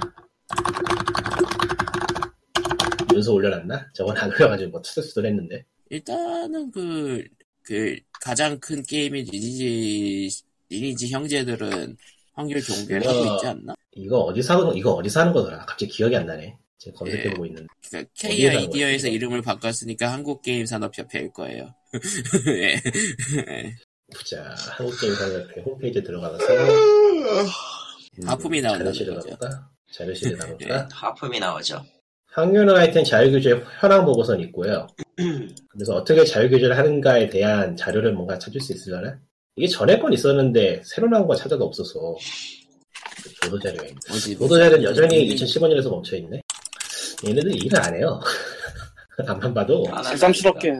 D: 요소 올려놨나? 저건 안 올려가지고 뭐 투스도 했는데
A: 일단은 그, 그 가장 큰 게임인 리니지, 리니지 형제들은 확률 경계를 하고
D: 어.
A: 있지 않나?
D: 이거 어디서 하는 거 이거 어디서 하는 거더라? 갑자기 기억이 안 나네. 지금 검색해보고 있는데
A: 그러니까
D: 어디에 나온
A: KID어에서
D: 거야?
A: 이름을 바꿨으니까 한국게임산업협회일 거예요. 예.
D: 보자 한국게임산업협회 홈페이지에 들어가서
A: 하품이 나온다는
D: 자료실에
A: 거죠. 예.
D: 가볼까? 자료실에 가볼까?
C: 하품이 나오죠.
D: 확률형 하여튼 자율규제 현황 보고서는 있고요. 그래서 어떻게 자율규제를 하는가에 대한 자료를 뭔가 찾을 수 있으려나? 이게 전에 건 있었는데 새로 나온 거 찾아도 없어서 보도 자료가 있네.
A: 뭐지?
D: 보도자료는
A: 음.
D: 어, 여전히 2015년에서 멈춰있네. 얘네들 일을 안 해요. 안만 봐도
C: 안 하나
B: 새삼스럽게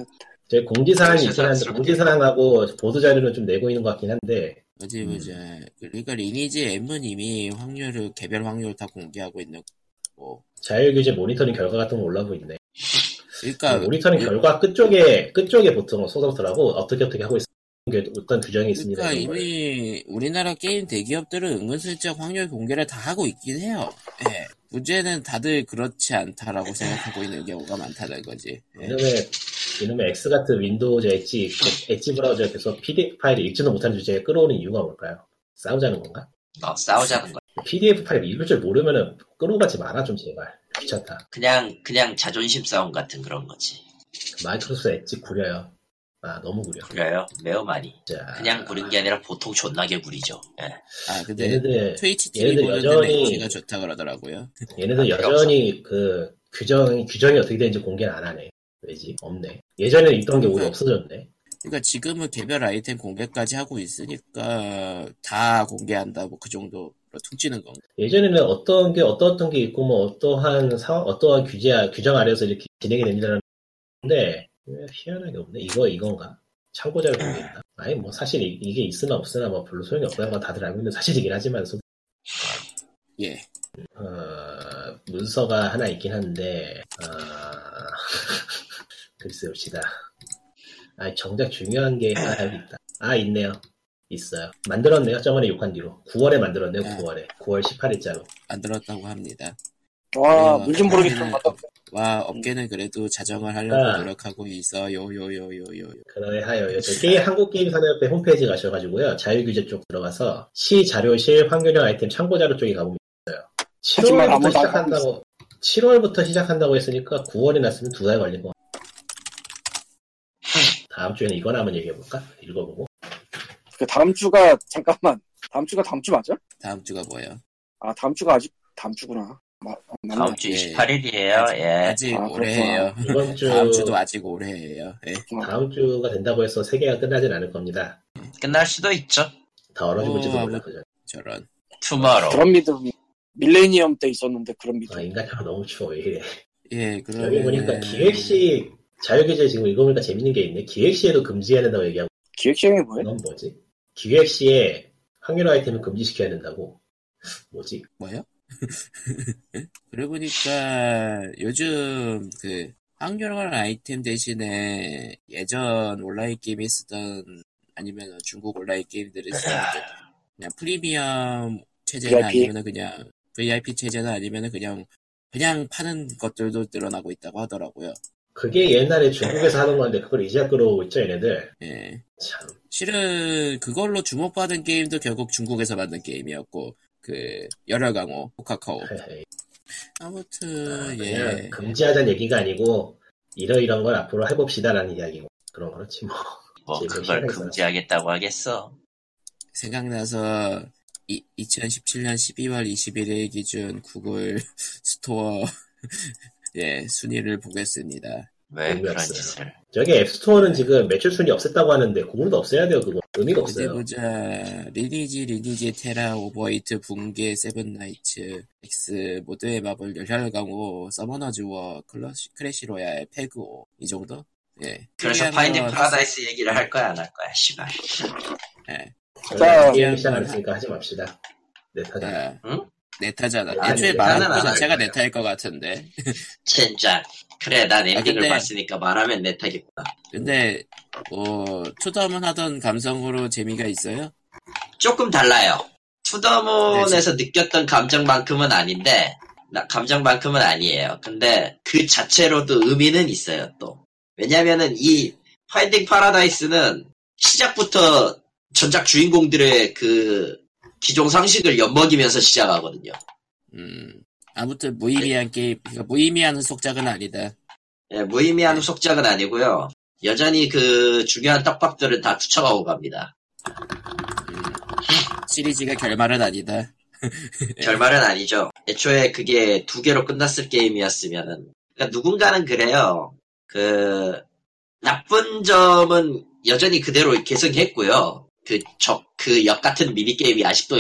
D: 제 공지사항이 있긴 한데
C: 죄송스럽게.
D: 공지사항하고 보도자료는 좀 내고 있는 것 같긴 한데
A: 뭐지
D: 음.
A: 뭐지 그러니까 리니지 M은 이미 확률을 개별 확률 다 공개하고 있는 뭐 거고
D: 자율규제 모니터링 결과 같은 거 올라오고 있네.
A: 그러니까
D: 네, 모니터링 결과 끝쪽에 끝쪽에 보통 소속들하고 어떻게 어떻게 하고 있어. 이게 어떤 규정이 있습니다.
A: 그러니까
D: 이런 거를.
A: 이미 우리나라 게임 대기업들은 은근슬쩍 확률 공개를 다 하고 있긴 해요. 예. 문제는 다들 그렇지 않다라고 생각하고 있는 경우가 많다는 거지. 예.
D: 이놈의 이놈의 X 같은 윈도우즈 엣지 엣지 브라우저에 계속 PDF 파일을 읽지도 못하는 주제에 끌어오는 이유가 뭘까요? 싸우자는 건가?
C: 어, 싸우자는 거야.
D: PDF 파일 읽을 줄 모르면은 끌어가지 마라 좀 제발 귀찮다
C: 그냥 그냥 자존심 싸움 같은 그런 거지.
D: 마이크로소프트 엣지 구려요 아 너무 구려
C: 그래요. 매우 많이.
D: 자,
C: 그냥 구린 게 아니라 보통 존나게 구리죠. 예.
A: 아 근데
D: 얘네들
A: 트위치 TV
D: 얘네들
A: 보는
D: 여전히-
A: 데는 인기가 좋다 그러더라고요.
C: 아,
D: 얘네들 여전히 그 규정이 규정이 어떻게 되는지 공개는 안 하네 왜지 없네 예전에 있던 게 오히려 없어졌네
A: 그러니까 지금은 개별 아이템 공개까지 하고 있으니까 다 공개한다 뭐 그 정도로 퉁치는 건가?
D: 예전에는 어떤 게 어떤 어떤 게 있고 뭐 어떠한 사 어떠한 규제 규정 아래에서 이렇게 진행이 됩니다라는 건데 왜 희한하게 없네 이거 이건가 참고자를 공개했다 아니 뭐 사실 이- 이게 있으나 없으나 뭐 별로 소용이 없다는 건 다들 알고 있는 사실이긴 하지만
A: 예.
D: 어, 문서가 하나 있긴 한데, 아, 글쎄 봅시다. 아, 정작 중요한 게, 아, 여기 있다. 아, 있네요. 있어요. 만들었네요. 저번에 욕한 뒤로. 9월에 만들었네요,
A: 아.
D: 9월에. 9월 18일자로.
A: 안 들었다고 합니다.
B: 와
A: 음,
B: 물 좀 모르겠지만
A: 음.
B: 갔다 올게.
A: 와 업계는 그래도 자정을 하려고
D: 아.
A: 노력하고 있어 요요요요요
D: 그러하여, 저 게임, 한국게임산업협회 홈페이지 가셔가지고요. 자율규제 쪽 들어가서, 시 자료실 환경형 아이템 참고자료 쪽에 가보면 있어요.
B: 하지만
D: 7월부터
B: 아무도 안 하고
D: 시작한다고, 7월부터 시작한다고 했으니까 9월이 났으면 두 달 걸린 거. 다음 주에는 이거나 한번 얘기해볼까? 읽어보고.
B: 그 다음 주가 잠깐만 다음 주가 다음 주 맞아?
A: 다음 주가 뭐예요?
B: 아 다음 주가 아직 다음 주구나. 마, 아, 맞네.
C: 다음 주
A: 예.
C: 28일이에요. 예.
A: 아직
B: 아,
A: 올해예요.
D: 이번 주,
A: 다음 주도 아직 올해예요. 예.
B: 어.
D: 다음 주가 된다고 해서 세계가 끝나진 않을 겁니다.
C: 끝날 수도 있죠.
D: 더 얼어죽을지도
A: 어,
D: 몰라,
B: 뭐-
A: 아무-
D: 그죠?
A: 저런.
C: 투머로우.
B: 그런 믿음 밀레니엄 때 있었는데 그런 믿음.
D: 아, 인간적으로 너무 추워, 왜 이래.
A: 예,
B: 네,
A: 그러면
D: 여기 보니까 기획시, 자율규제 지금 읽어보니까 재밌는 게 있네. 기획시에도 금지해야 된다고 얘기하고
B: 기획 시행이 뭐야?
D: 이건 뭐지? 기획 시에 확률 아이템을 금지시켜야 된다고? 뭐지?
A: 뭐요? 그러고 보니까 요즘 그 확률화 아이템 대신에 예전 온라인 게임이 쓰던 아니면 중국 온라인 게임들이 쓰던 그 그냥 프리미엄 체제나
B: VIP?
A: 아니면 그냥 VIP 체제나 아니면 그냥 그냥 파는 것들도 늘어나고 있다고 하더라고요.
D: 그게 옛날에 중국에서 하는 건데 그걸 이제 끌어오고 있죠 얘네들
A: 예.
D: 참
A: 실은 그걸로 주목받은 게임도 결국 중국에서 만든 게임이었고 그 열혈강호 카카오
D: 헤헤. 아,
A: 아무튼
D: 그냥
A: 예
D: 금지하자는 얘기가 아니고 이러이런 걸 앞으로 해봅시다라는 이야기고 그런 거렇지 뭐
C: 뭐
D: 지금
C: 그걸
D: 시작해서.
C: 금지하겠다고 하겠어.
A: 생각나서 이, 2017년 12월 21일 기준 구글 스토어 예 순위를 보겠습니다.
C: 왜
D: 의미
C: 그런
D: 없어요.
C: 짓을?
D: 저기 앱스토어는 지금 매출 순위 없앴다고 하는데 구분도 없애야 돼요 그거 의미가
A: 어디
D: 없어요
A: 보자. 리니지, 리니지, 테라, 오버이트, 붕괴, 세븐나이츠, 엑스, 모두의 마블, 열혈강호, 서머너즈 워, 클러시, 크래시 로얄, 페그오. 이 정도? 예.
C: 그래서
A: 특이한
C: 파인딩
A: 건-
C: 파라다이스 얘기를 할 거야 안 할 거야 씨발.
A: 예.
B: 자,
D: 게임
A: 음.
D: 시작 안 했으니까 하지 맙시다 네 타자
A: 아,
C: 응?
A: 네타잖아.
D: 아니,
A: 애초에
C: 네타는
A: 말한 거
C: 안
A: 자체가
D: 할 거예요.
A: 네타일 것 같은데.
C: 젠장. 그래 난 엔딩을
A: 근데-
C: 봤으니까 말하면 내 타겠다.
A: 근데 뭐 초담은 하던 감성으로 재미가 있어요?
C: 조금 달라요. 투더문에서 느꼈던 감정만큼은 아닌데, 나- 감정만큼은 아니에요. 근데 그 자체로도 의미는 있어요, 또. 왜냐면은 이 파인딩 파라다이스는 시작부터 전작 주인공들의 그 기존 상식을 엿먹이면서 시작하거든요.
A: 음. 아무튼 무의미한 게임, 그러니까 무의미한 후속작은 아니다.
C: 예, 무의미한 후속작은 아니고요. 여전히 그 중요한 떡밥들은 다 투척하고 갑니다.
A: 음, 시리즈가 결말은 아니다.
C: 결말은 아니죠. 애초에 그게 두 개로 끝났을 게임이었으면은. 그러니까 누군가는 그래요. 그, 나쁜 점은 여전히 그대로 계승했고요. 그 적, 그 역 같은 미니게임이 아직도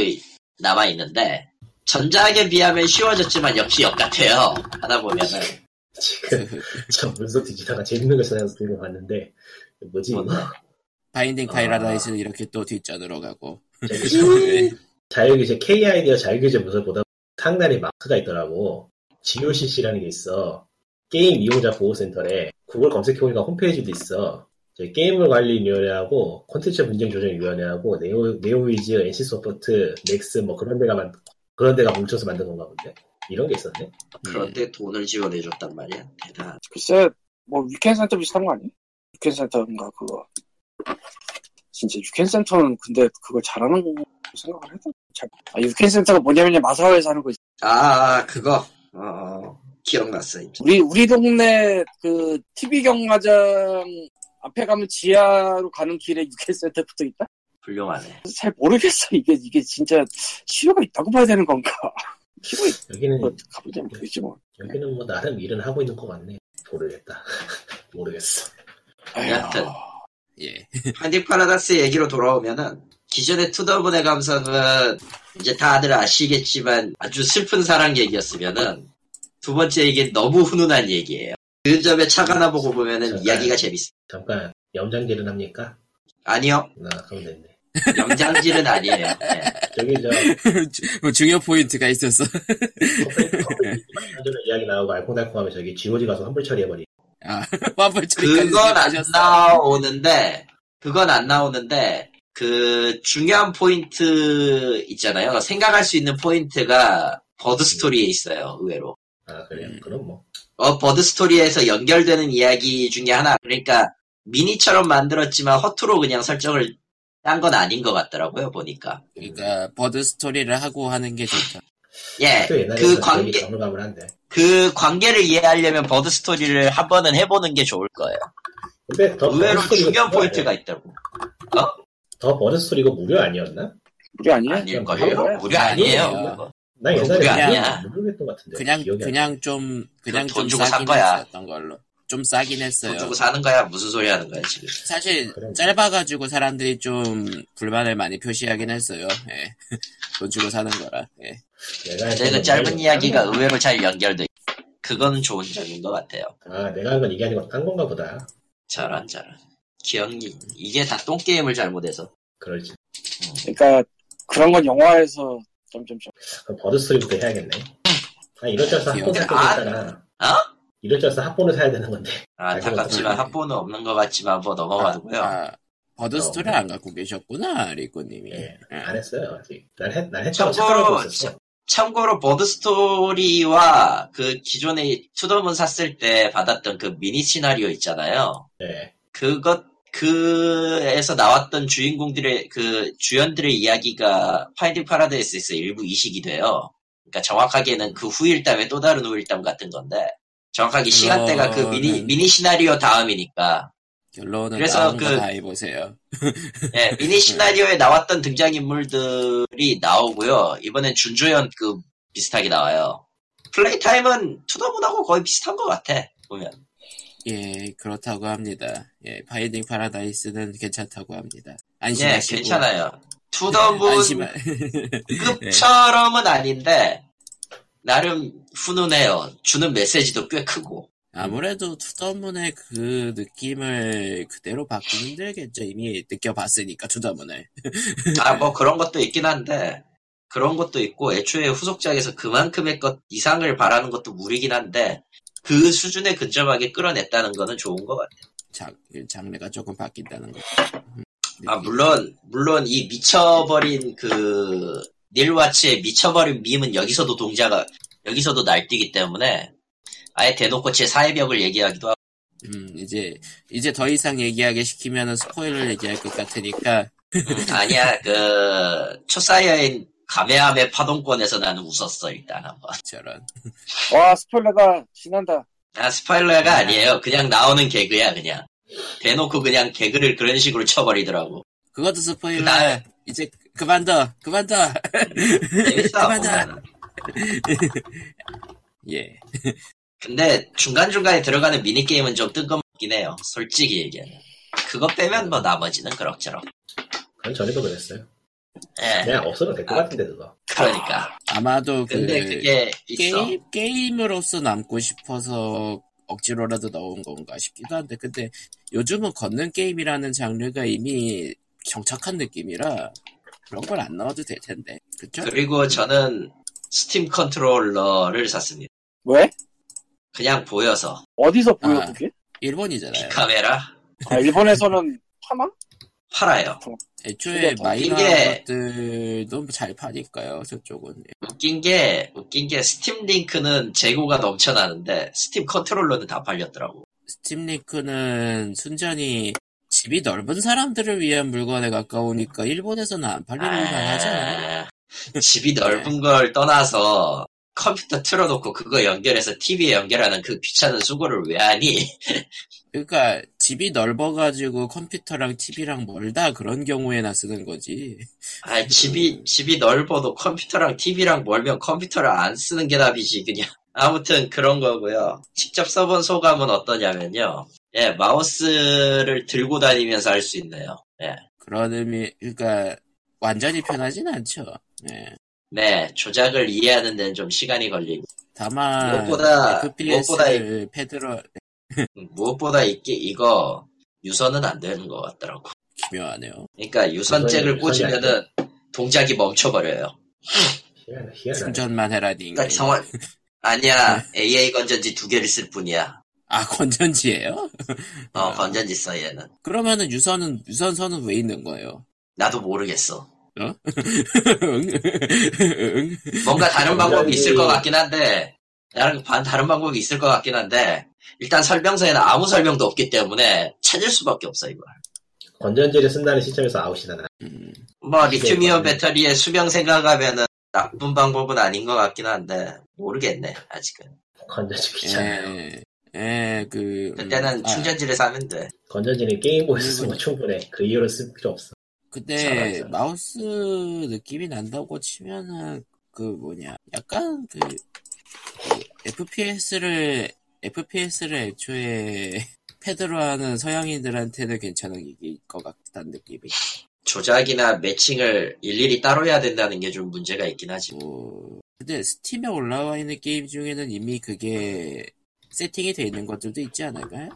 C: 남아있는데, 전작에 비하면 쉬워졌지만 역시 역 같아요. 하다 보면은.
D: 지금 저 문서 뒤지다가 재밌는 걸 찾아서 들고 봤는데 뭐지 이거
A: 바인딩
D: 아.
A: 파이라다이스는 이렇게 또 뒷전으로 가고. 음,
D: 저기 저- 자율규제 KID와 자율규제 문서 보다 상단에 마크가 있더라고 GOCC라는 게 있어 게임 이용자 보호센터래 그걸 검색해보니까 홈페이지도 있어 저기 게임물 관리위원회하고 콘텐츠 분쟁 조정위원회하고 네오, 네오위즈, NC소프트, 넥스 뭐 그런 데가 만, 그런 데가 뭉쳐서 만든 건가 본데 이런 게 있었네
C: 그런데 돈을 지원해줬단 말이야. 대단.
B: 글쎄 뭐 위켄센터 비슷한 거 아니? 위켄센터인가 그거 진짜 위켄센터는 근데 그걸 잘하는 거 생각을 해도 잘... 아, 위켄센터가 뭐냐면 마사오에서 하는 거 있어
C: 아, 그거. 어, 어, 기억났어, 이제.
B: 우리 우리 동네 그 TV 경마장 앞에 가면 지하로 가는 길에 위켄센터 붙어 있다?
C: 훌륭하네.
B: 그래서 잘 모르겠어 이게 이게 진짜 실효가 있다고 봐야 되는 건가? 실효 있
D: 여기는
C: 음.
B: 고 가보자 모르겠지 뭐.
D: 여기는 뭐 나름 일은 하고 있는 것 같네 모르겠다 모르겠어
C: 여하튼.
A: 예.
C: 파인딩 파라다스 얘기로 돌아오면은 기존의 투더분의 감성은 이제 다들 아시겠지만 아주 슬픈 사랑 얘기였으면은 두 번째 얘기는 너무 훈훈한 얘기예요. 그 점에 차가나 보고 보면은
D: 잠깐.
C: 이야기가 재밌어.
D: 잠깐 염장질은 합니까?
C: 아니요,
D: 나 그럼 됐네
C: 명장질은 아니에요. 네.
D: 저기 저
A: 뭐 중요 포인트가 있었어.
D: 전에 이야기 나오고 알콩달콩하면 저기 GOG 가서 환불 처리해버리.
A: 아, 환불 처리까지
C: 그건 안
A: 하셨어.
C: 나오는데 그건 안 나오는데 그 중요한 포인트 있잖아요. 생각할 수 있는 포인트가
D: 음.
C: 버드 스토리에 있어요. 의외로.
D: 아 그래요?
A: 음.
D: 그럼 뭐.
C: 어, 버드 스토리에서 연결되는 이야기 중에 하나. 그러니까 미니처럼 만들었지만 허투루 그냥 설정을 딴 건 아닌 것 같더라고요, 보니까.
A: 그러니까 버드 스토리를 하고 하는 게 좋다.
C: 예.
D: 또 옛날에
C: 그
D: 저기
C: 관계,
D: 정보감을 한데.
C: 그 관계를 이해하려면 버드 스토리를 한 번은 해보는 게 좋을 거예요.
D: 근데 더
C: 의외로
D: 어, 버드 스토리가
C: 중요한
D: 무료
C: 포인트가
D: 아니야?
C: 있더라고.
D: 더 버드 스토리가 무료 아니었나?
B: 우리 아니야?
C: 아닐걸요?
D: 네. 뭐야?
C: 무료 아니에요.
A: 아니에요.
C: 그거.
D: 나
C: 무료
D: 옛날에
C: 아니야.
D: 모르겠던것
C: 네,
D: 같은데.
A: 그냥
D: 기억이 안 나.
A: 그냥 좀 그냥
C: 돈
A: 좀
C: 주고 산
A: 싸긴
C: 거야.
A: 했었던 걸로. 좀 싸긴
C: 돈
A: 했어요.
C: 주고 사는 거야? 무슨 소리 하는 거야, 지금.
A: 사실
D: 아, 그럼.
A: 짧아가지고 사람들이 좀 불만을 많이 표시하긴 했어요. 예. 돈 주고 사는 거라. 예.
D: 내가
C: 근데 그
D: 했던
C: 짧은
A: 네.
D: 건데.
C: 이야기가 의외로 잘 연결돼. 있- 그건 좋은 점인 것 같아요.
D: 아 내가 한 건 이게 아니고 딴 건가 보다.
C: 저런, 저런. 기억이, 이게 다 똥게임을 잘못해서.
D: 그럴지.
B: 그러니까 그런 건 영화에서 점점점.
D: 그럼 버드 스토리부터 해야겠네. 아 이럴 줄 알았어
A: 기억이
D: 학본을
A: 안
C: 나.
D: 사야
C: 음. 어?
D: 이럴 줄 알았어 학본을 사야 되는 건데.
C: 아, 안타깝지만
A: 알고
C: 합본은 없는 것 같지만 뭐 넘어가도고요.
A: 네, 그렇죠. 아, 버드
D: 어.
A: 스토리 안 갖고 계셨구나, 리코님이.
D: 예.
A: 예.
D: 안 했어요 아직. 난, 했, 난 했다고
C: 참고로
D: 착각하고 있었어.
C: 참고로 버드 스토리와 그 기존의 투더문 샀을 때 받았던 그 미니 시나리오 있잖아요.
D: 예.
C: 그것 그에서 나왔던 주인공들의 그 주연들의 이야기가 파인딩 파라다이스에서 일부 이식이 돼요. 그러니까 정확하게는 그 후일담의 또
A: 어,
C: 다른 후일담 같은 건데 정확하게 시간대가 그 미니
A: 네. 그거는-
C: 미니 시나리오 다음이니까
A: 결론은
C: 그래서
A: 나온
C: 그-
A: 거다 해보세요.
C: 예,
A: 네.
C: 미니 시나리오에 나왔던 등장인물들이 나오고요. 이번엔 준조연 그 비슷하게 나와요. 플레이 타임은 투더문하고 거의 비슷한 것 같아, 보면.
A: 예, 그렇다고 합니다. 예, 바이딩 파라다이스는 괜찮다고 합니다.
C: 예,
A: 안심하시고. 네,
C: 괜찮아요.
A: 안심.
C: 투더문 급처럼은 아닌데, 나름 훈훈해요. 주는 메시지도 꽤 크고.
A: 아무래도 투더문의 그 느낌을 그대로 받기 힘들겠죠. 이미 느껴봤으니까 투더문을.
C: 아, 뭐 그런 것도 있긴 한데, 그런 것도 있고, 애초에 후속작에서 그만큼의 것 이상을 바라는 것도 무리긴 한데, 그 수준에 근접하게 끌어냈다는 거는 좋은 것 같아요.
A: 장, 장르가 조금 바뀐다는 거. 음,
C: 아, 물론, 물론 이 미쳐버린 그, 닐와츠의 미쳐버린 밈은 여기서도 동자가, 여기서도 날뛰기 때문에, 아예 대놓고 제 사회벽을 얘기하기도 하고,
A: 음, 이제, 이제 더 이상 얘기하게 시키면은 스포일러 얘기할 것 같으니까,
C: 음, 아니야, 그, 초사여인 가메하메 파동권에서 나는 웃었어, 일단 한번.
A: 저런.
B: 와 스포일러가 신난다.
C: 아, 스파일러가 아니에요. 그냥 나오는 개그야, 그냥. 대놓고 그냥 개그를 그런 식으로 쳐버리더라고.
A: 그것도 스포일러.
C: 나-
A: 이제 그만둬, 그만둬. 그만둬.
C: 재밌어, 보면은.
A: 예.
C: 근데 중간중간에 들어가는 미니게임은 좀 뜬금없긴 해요. 솔직히 얘기하면. 그거 빼면 뭐 나머지는 그럭저럭.
D: 그건 전에도 그랬어요.
C: 예,
D: 그냥 없어도 될 것
C: 아.
D: 같은데 그거.
C: 그러니까.
A: 아마도 그,
C: 근데 그게 있어.
A: 게임, 게임으로서 남고 싶어서 억지로라도 넣은 건가 싶기도 한데, 근데 요즘은 걷는 게임이라는 장르가 이미 정착한 느낌이라, 그런 걸 안 넣어도 될 텐데. 그쵸?
C: 그리고 저는 스팀 컨트롤러를 샀습니다.
B: 왜?
C: 그냥 보여서.
B: 어디서 보여
A: 아.
B: 그게?
A: 일본이잖아요.
C: 카메라
B: 아, 일본에서는 파나?
C: 팔아요.
A: 애초에
C: 뭐
B: 그게
A: 마이너
C: 게-
A: 것들도 잘 파니까요, 저쪽은.
C: 웃긴 게, 웃긴 게 스팀 링크는 재고가 넘쳐나는데 스팀 컨트롤러는 다 팔렸더라고.
A: 스팀 링크는 순전히 집이 넓은 사람들을 위한 물건에 가까우니까 일본에서는 안 팔리는 걸 하잖아요.
C: 아, 집이 넓은 걸 떠나서 컴퓨터 틀어놓고 그거 연결해서 TV에 연결하는 그 귀찮은 수고를 왜 하니?
A: 그러니까 집이 넓어가지고 컴퓨터랑 TV랑 멀다 그런 경우에나 쓰는 거지.
C: 아, 집이, 집이 넓어도 컴퓨터랑 TV랑 멀면 컴퓨터를 안 쓰는 게 답이지, 그냥. 아무튼 그런 거고요. 직접 써본 소감은 어떠냐면요. 예, 마우스를 들고 다니면서 할 수 있네요. 예.
A: 그런 의미, 그러니까 완전히 편하진 않죠. 예.
C: 네, 조작을 이해하는 데는 좀 시간이 걸리고.
A: 다만
C: 무엇보다-
A: FPS를 패드로
C: 음, 무엇보다 이게, 이거, 유선은 안 되는 것 같더라고.
A: 기묘하네요.
C: 그러니까 유선잭을
D: 유선이- 유선이 안
C: 꽂으면은 동작이 멈춰버려요.
D: 희한하- 희한하네.
A: 충전만 해라니.
C: 그러니까 정말, 아니야, AA 건전지 두 개를 쓸 뿐이야.
A: 아 건전지예요?
D: 아.
C: 어, 건전지 써, 얘는.
A: 그러면은 유선은 유선선은 왜 있는 거예요?
C: 나도 모르겠어.
A: 응? 응?
C: 뭔가 다른 방법이
D: 굉장히-
C: 있을 것 같긴 한데, 나랑 반 다른 방법이 있을 것 같긴 한데, 일단 설명서에는 아무 설명도 없기 때문에 찾을 수밖에 없어, 이걸.
D: 건전지를 쓴다는 시점에서 아웃이다. 나.
A: 음,
C: 뭐, 리튬이온
D: 네.
C: 배터리의 수명 생각하면은 나쁜 방법은 아닌 것 같긴 한데, 모르겠네, 아직은.
D: 건전지 귀찮아요.
A: 예, 예, 그. 음,
C: 그때는
A: 아,
C: 충전지를 사면 돼.
D: 건전지는
A: 음.
D: 게임보에서 쓰면
A: 일본-
D: 충분해. 그 이후로 쓸 필요 없어.
A: 그때
D: 잘하죠.
A: 마우스 느낌이 난다고 치면은 그 뭐냐, 약간 그, FPS를 FPS를 애초에 패드로 하는 서양인들한테는 괜찮은 기기일 것 같다는 느낌이
C: 조작이나 매칭을 일일이 따로 해야 된다는 게 좀 문제가 있긴 하지.
A: 있고. 근데 스팀에 올라와 있는 게임 중에는 이미 그게 세팅이 돼 있는 것들도 있지 않을까요?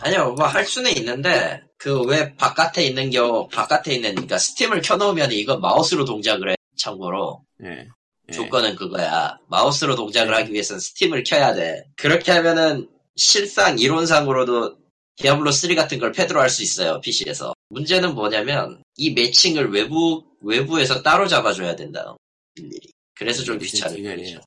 C: 아니요, 뭐 할 수는 있는데, 그 왜 바깥에 있는 경우, 바깥에 있는, 그러니까 스팀을 켜놓으면 이거 마우스로 동작을 해, 참고로.
A: 예. 예.
C: 조건은 그거야. 마우스로 동작을 하기 위해선 스팀을 켜야 돼. 그렇게 하면은 실상 이론상으로도 디아블로 3 같은 걸 패드로 할 수 있어요. PC에서. 문제는 뭐냐면 이 매칭을 외부 외부에서 따로 잡아줘야 된다. 일일이. 음, 그래서 예. 좀 귀찮은
A: 이게
C: 거죠.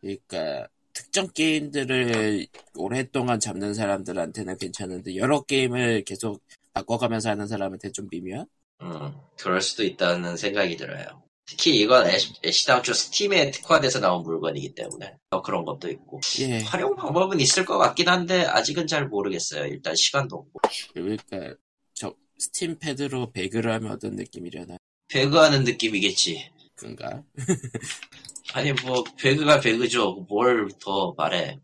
A: 네, 그러니까 특정 게임들을 오랫동안 잡는 사람들한테는 괜찮은데 여러 게임을 계속 바꿔가면서 하는 사람한테 좀 미묘한?
C: 음, 그럴 수도 있다는 생각이 들어요. 특히 이건 애시- 애시당초 스팀에 특화돼서 나온 물건이기 때문에 더 그런 것도 있고
A: 예.
C: 활용 방법은 있을 것 같긴 한데 아직은 잘 모르겠어요. 일단 시간도 없고
A: 그러니까 저 스팀 패드로 배그를 하면 어떤 느낌이려나
C: 배그하는 느낌이겠지.
A: 그런가?
C: 아니 뭐 배그가 배그죠. 뭘 더 말해?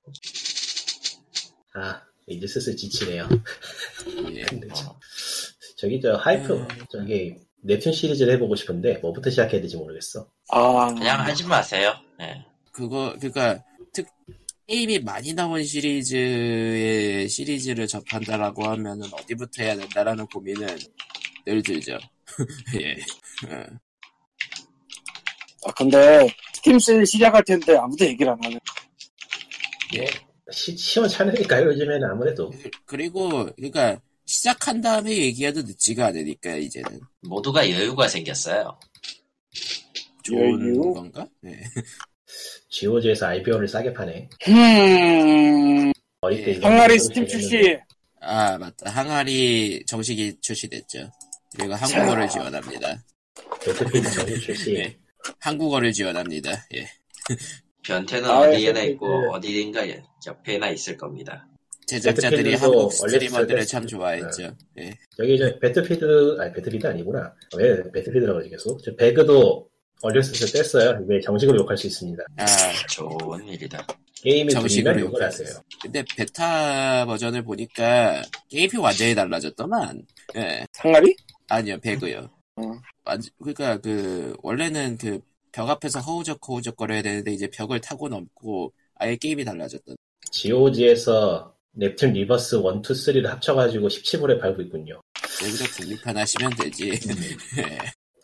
D: 아, 이제 슬슬 지치네요.
A: 예.
D: 근데 참.
C: 어,
D: 저기 저 하이프
A: 음.
D: 저기 웹툰 시리즈를 해보고 싶은데 뭐부터 시작해야 될지 모르겠어.
B: 아,
C: 그냥 하지 마세요. 네.
A: 그거 그러니까 특 게임이 많이 나온 시리즈의 시리즈를 접한다라고 하면은 어디부터 해야 된다라는 고민은 늘 들죠. 예. 어,
B: 아, 근데 스팀 세일 시작할 텐데 아무도 얘기를 안 하네.
D: 예. 시, 시원찮으니까요 요즘에는 아무래도
A: 그- 그리고 그러니까 시작한 다음에 얘기해도 늦지가 않으니까 이제는
C: 모두가 여유가 생겼어요.
A: 좋은
B: 여유?
A: 건가? 예.
D: GOG에서 IPO를 싸게 파네.
B: 음,
D: 어릴 때
A: 예.
D: 이런
B: 항아리
D: 걸
B: 스팀
D: 했는데.
B: 출시.
A: 아 맞다. 항아리 정식이 출시됐죠. 그리고 한국어를 지원합니다.
D: 배틀필드 정식 출시.
A: 네. 한국어를 지원합니다. 예.
C: 변태는
B: 아,
C: 어디에나
D: 그래서
C: 있고
D: 그-
C: 어디인가 옆에나 있을 겁니다.
A: 제작자들이
D: 배틀필드도
A: 한국
D: 원래
A: 스트리머들을 참
D: 스트레스-
A: 좋아했죠. 예.
D: 여기 저 배틀필드 아니 배틀필드 아니구나. 왜 배틀필드라고 하지 계속? 저 배그도 어렸을 때 뗐어요. 이게 정식으로 욕할 수 있습니다.
A: 아
C: 좋은 일이다.
D: 게임이
A: 정식으로
D: 정식으로 욕을
A: 욕할
D: 하세요.
A: 수 근데 베타 버전을 보니까 게임이 완전히 달라졌더만. 예.
B: 항아리?
A: 아니요, 배그요.
B: 응.
A: 완전, 그러니까 그 원래는 그 벽 앞에서 허우적 허우적 거려야 되는데 이제 벽을 타고 넘고 아예 게임이 달라졌던.
D: GOG에서 넵튠 리버스 1, 2, 3를 합쳐가지고 17불에 팔고 있군요.
A: 여기서 독립하나 시면 되지. 예.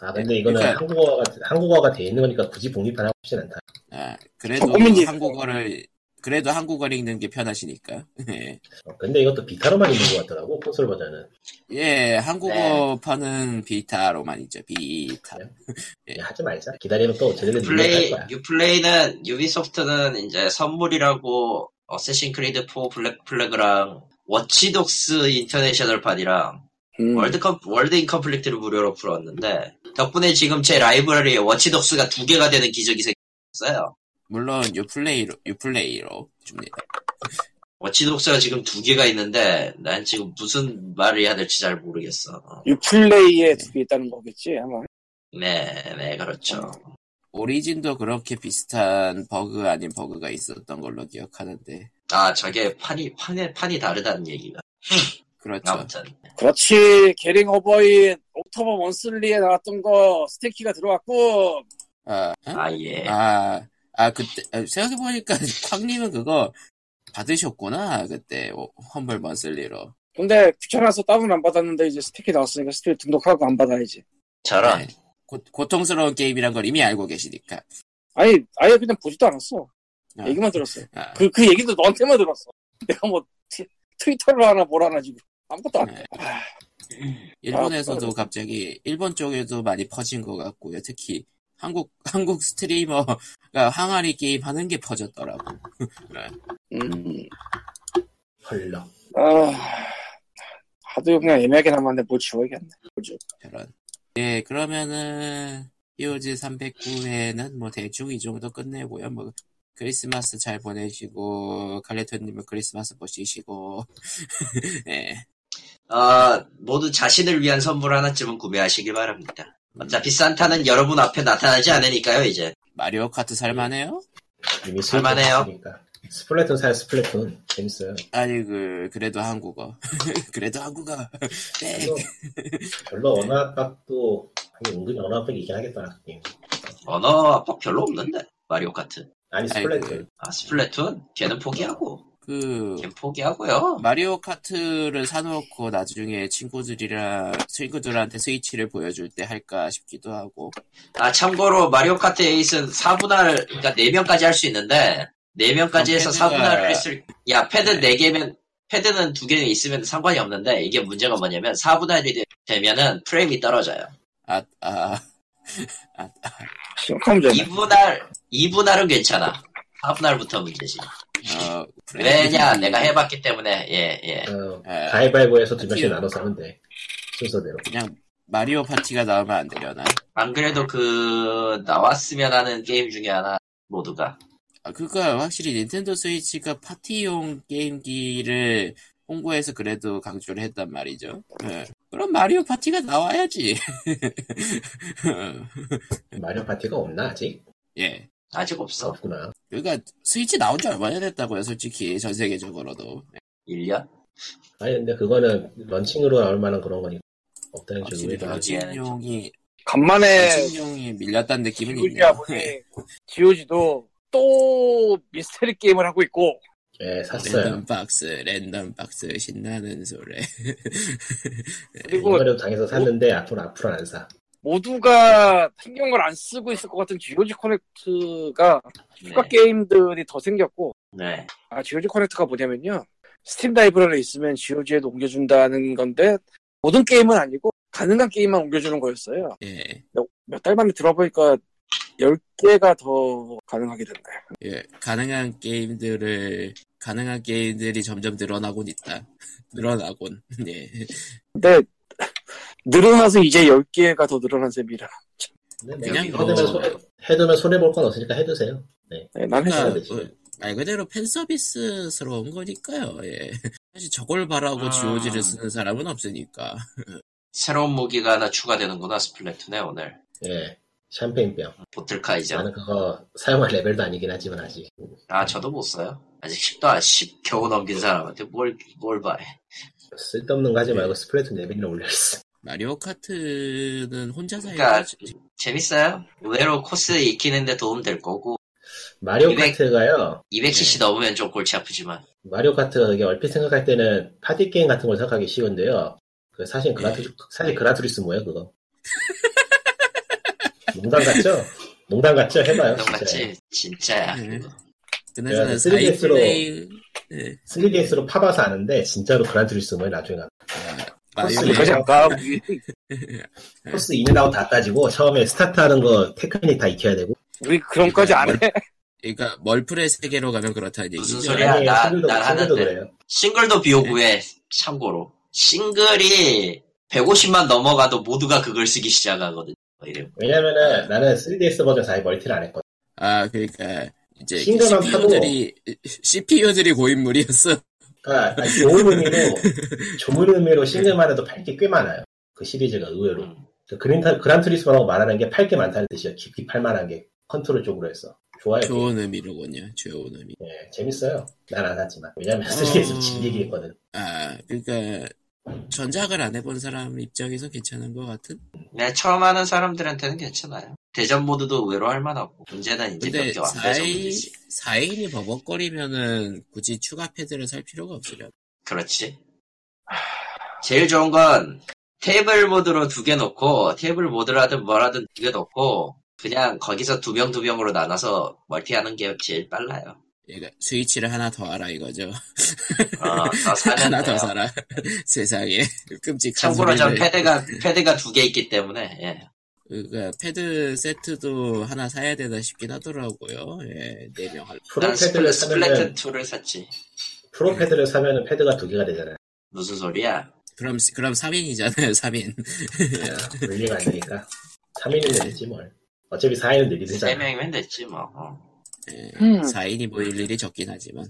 D: 아
C: 네,
D: 근데 이거는
A: 그러니까-
D: 한국어가 한국어가 돼 있는 거니까 굳이 독립하나 싶진 않다.
A: 아, 그래도
B: 고민이 있어요.
A: 한국어를 그래도 한국어를 읽는 게 편하시니까. 예.
D: 어, 근데 이것도 비타로만 있는 것 같더라고 콘솔 버전은.
C: 네.
A: 예, 한국어판은 비타로만 있죠. 비타. 예.
D: 야, 하지 말자. 기다리면 또 제대로
C: 플레이
D: 늘려갈 거야.
C: 유플레이는 유비소프트는 이제 선물이라고 어쌔신 크리드 4 블랙 플래그랑 워치독스 인터내셔널 판이랑
B: 음.
C: 월드컵 월드 인컴플렉트를 무료로 풀었는데 덕분에 지금 제 라이브러리에 워치독스가 두 개가 되는 기적이 생겼어요.
A: 물론 유플레이로 유플레이로 줍니다.
C: 워치독스가 지금 두 개가 있는데 난 지금 무슨 말을 해야 될지 잘 모르겠어. 어.
B: 유플레이에 두 개 있다는 거겠지, 아마.
C: 네, 네 그렇죠.
A: 오리진도 그렇게 비슷한 버그 아닌 버그가 있었던 걸로 기억하는데
C: 아 저게 판이 판에 판이 다르다는 얘기가
A: 그렇죠.
C: 아무튼
B: 네? 그렇지. 게링 오버인 옥토버 원슬리에 나왔던 거 스테키가 들어왔고.
A: 아, 응?
C: 아 예.
A: 아, 아 그때 아, 생각해보니까 광님은 그거 받으셨구나 그때 오- 험블 먼슬리로.
B: 근데 귀찮아서 다운 안 받았는데 이제 스테키 나왔으니까 스테키 등록하고 안 받아야지.
C: 저런
A: 네. 고, 고통스러운 게임이란 걸 이미 알고 계시니까.
B: 아니, 아예 그냥 보지도 않았어.
A: 아,
B: 얘기만 들었어요.
A: 아,
B: 그, 그 얘기도 너한테만 들었어. 내가 뭐 트, 위터를 하나 뭘 하나 지금. 아무것도 안 돼. 아,
A: 네. 일본에서도
B: 아,
A: 갑자기 일본 쪽에도 많이 퍼진 것 같고요. 특히 한국 한국 스트리머가 항아리 게임 하는 게 퍼졌더라고.
B: 음.
D: 헐렁.
B: 아, 하도 그냥 애매하게 남았는데 뭘 지워야겠네. 뭐죠?
A: 저런. 예, 그러면은, POG 309회는 뭐 대충 이 정도 끝내고요. 뭐, 크리스마스 잘 보내시고, 칼레토님은 크리스마스 보시시고, 예,
C: 아, 모두 자신을 위한 선물 하나쯤은 구매하시길 바랍니다. 어차피 산타는 여러분 앞에 나타나지 않으니까요, 이제.
A: 마리오 카트 살만해요?
D: 이미
C: 할만해요.
D: 스플래툰 스플래툰 사요 스플래툰 재밌어요.
A: 아니, 그, 그래도 한국어. 그래도 한국어. 네.
D: 별로, 별로 언어 압박도 아니 은근히 언어 압박이 있긴 하겠더라. 예.
C: 언어 압박 별로 없는데, 마리오 카트.
A: 아니,
D: 아니 스플래툰
C: 아, 스플래툰? 걔는 포기하고.
A: 그,
C: 걔 포기하고요.
A: 마리오 카트를 사놓고 나중에 친구들이랑, 친구들한테 스위치를 보여줄 때 할까 싶기도 하고,
C: 아, 참고로 마리오 카트 에이스는 4분할, 그러니까 4명까지 할 수 있는데, 4명까지 해서
A: 그럼
C: 4분할을
A: 아, 패드가- 네.
C: 했을, 야, 패드 4개면, 패드는 2개 있으면 상관이 없는데, 이게 문제가 뭐냐면, 4분할이 되면은 프레임이 떨어져요.
A: 아, 아,
B: 심각하면 되네.
C: 2분할, 2분할은 괜찮아. 4분할부터 문제지.
A: 어,
C: 왜냐,
D: 음.
A: 프레임이-
C: 내가 해봤기 때문에, 예, 예.
D: 어,
A: 예.
D: 가위바위보에서 두
A: 아,
D: 명씩
A: 키우-
D: 나눠서 하는데 순서대로.
A: 그냥 마리오 파티가 나오면 안 되려나?
C: 안 그래도 그 나왔으면 하는 게임 중에 하나 모두가
A: 아, 그니까 확실히 닌텐도 스위치가 파티용 게임기를 홍보해서 그래도 강조를 했단 말이죠. 예. 그럼 마리오 파티가 나와야지.
D: 마리오 파티가 없나 아직?
A: 예.
C: 아직 없어.
D: 없구나.
A: 그러니까 스위치 나온 지 얼마나 됐다고요, 솔직히 전 세계적으로도.
C: 1년?
D: 아니 근데 그거는 런칭으로 나올 만한 그런 거니까 없다는 게
A: 확실히 그
D: 의외다.
A: 런칭용이
C: 네.
B: 간만에
A: 런칭용이 밀렸다는 느낌은
B: 지오지
A: 있네요.
B: 아버지 지오지도 또 미스터리 게임을 하고 있고
D: 예, 샀어요.
A: 랜덤 박스, 랜덤 박스 신나는 소리.
B: 그리고
D: 이번에도 당해서 샀는데 앞으로 앞으로 안 사.
B: 모두가 신경을 안 쓰고 있을 것 같은 지오지 커넥트가 추가
C: 네.
B: 게임들이 더 생겼고
C: 네.
B: 아 지오지 커넥트가 뭐냐면요 스팀 라이브러리 있으면 지오지에도 옮겨준다는 건데 모든 게임은 아니고 가능한 게임만 옮겨주는 거였어요.
A: 예.
B: 몇 달 만에 들어보니까 10개가 더 가능하게 된다.
A: 예. 가능한 게임들을 가능한 게임들이 점점 늘어나곤 있다. 늘어나곤. 예.
B: 근데 늘어나서 이제 10개가 더 늘어난 셈이라.
D: 근데
A: 그냥
D: 뭐
A: 뭐-
D: 헤드면 손해 헤드면 손해 볼 건 없으니까 해두세요.
B: 네, 난 했어요.
A: 그러니까
D: 해줘야 되지.
A: 어, 말 그대로 팬 서비스스러운 거니까요. 예. 사실 저걸 바라고
C: 아.
A: GOG를 쓰는 사람은 없으니까.
C: 새로운 무기가 하나 추가되는구나 스플래툰에 오늘
D: 예, 샴페인병.
C: 보틀카이저.
D: 나는 그거 사용할 레벨도 아니긴 하지만 아직.
C: 아 저도 못 써요. 아직 10도 안 10, 겨우 넘긴 사람한테 뭘 뭘 바래.
D: 쓸데없는 거 하지
A: 네.
D: 말고 스프레드 레벨이나 올려있어.
A: 마리오 카트는 혼자서
C: 그러니까
A: 해야지.
C: 재밌어요. 의외로 코스 익히는데 도움 될 거고
D: 마리오
C: 이백-
D: 카트가요.
C: 200cc
D: 네.
C: 넘으면 좀 골치 아프지만 마리오
D: 마리오 카트가 그게 얼핏 생각할 때는 파티 게임 같은 걸 생각하기 쉬운데요. 그 사실 그라투
A: 네.
D: 사실 그라투리스 뭐예요 그거? 농담 같죠? 농담 같죠? 해봐요. 아, 음. 진짜.
C: 같이 진짜야.
A: 네.
C: 그거.
A: 그나저나
D: 야, 3DS 로.
A: 4인플레이 예.
D: 3DS로 파봐서 아는데 진짜로 그라투리스 뭐예요 나중에 나.
A: 마리오
D: 네.
B: 이거
D: 그거죠.
B: 잠깐
C: 네.
D: 코스 인앤아웃 다 따지고 처음에 스타트하는 거 테크닉 다 익혀야 되고.
B: 우리 그런 거지 안 해.
A: 그러니까 멀프의 세계로 가면 그렇다는 얘기죠.
C: 무슨 소리야? 나-
D: 싱글도,
C: 난
D: 싱글도
C: 하는데.
D: 그래요.
C: 싱글도
A: 네.
C: 비오구에 참고로 싱글이 150만 넘어가도 모두가 그걸 쓰기 시작하거든. 뭐 이래.
D: 왜냐면은 나는 3DS 버전 사이 멀티를 안 했거든.
A: 아, 그러니까 이제
D: 싱글만
A: CPU들이 CPU들이 고인물이었어.
D: 그러니까 아니, 좋은 의미로 좋은 의미로 싱글만 해도 팔 게 꽤 많아요. 그 시리즈가 의외로
C: 음.
D: 그 그린 그란 투리스모라고 말하는 게 팔 게 많다는 뜻이에요. 깊이 팔만한 게 컨트롤 쪽으로 해서 좋아요.
A: 좋은 의미로군요. 좋은 의미.
D: 예, 재밌어요. 난 안 하지만 왜냐면
C: 음.
D: 3DS 질리기 했거든.
A: 아, 그러니까 전작을 안 해본 사람 입장에서 괜찮은 것 같은.
C: 네, 처음 하는 사람들한테는 괜찮아요. 대전 모드도 의외로 할만하고 문제는 이제
A: 근데
C: 몇개안 돼서
A: 4인,
C: 문제지.
A: 4인이 버벅거리면은 굳이 추가 패드를 살 필요가 없으려.
C: 그렇지. 제일 좋은 건 테이블 모드로 두 개 놓고 테이블 모드라든 뭐라든 두 개 놓고 그냥 거기서 두 명 두 명으로 나눠서 멀티하는 게 제일 빨라요.
A: 그러니까 스위치를 하나 더 알아 이거죠.
C: 어, 더
A: 하나
C: 사면
A: 더
C: 돼요.
A: 사라. 세상에 끔찍한
C: 참고로 전
A: 소리를.
C: 패드가 패드가 두 개 있기 때문에 예.
A: 그러니까 패드 세트도 하나 사야 되나 싶긴 하더라고요. 예, 네명 할.
D: 프로
C: 난
D: 패드를
C: 스플, 스플래툰
D: 사면은
C: 2를 샀지.
D: 프로 패드를 사면은 패드가 두 개가 되잖아요.
C: 무슨 소리야?
A: 그럼 그럼 3인이잖아요. 3인.
D: 예, 분리가 안 되니까 3인은 느리지 뭘. 어차피 4인은
C: 세
D: 느리잖아.
C: 명이면 됐지 뭐. 어.
A: 예,
B: 음.
A: 4인이 모일 일이 적긴 하지만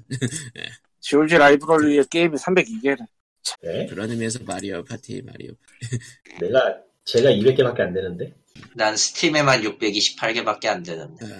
B: 지오지 라이브러리에 게임이 302개래.
D: 네?
A: 그런 의미에서 마리오 파티 마리오.
D: 내가 제가 200개밖에 안 되는데
C: 난 스팀에만 628개밖에 안 되는데.
A: 아,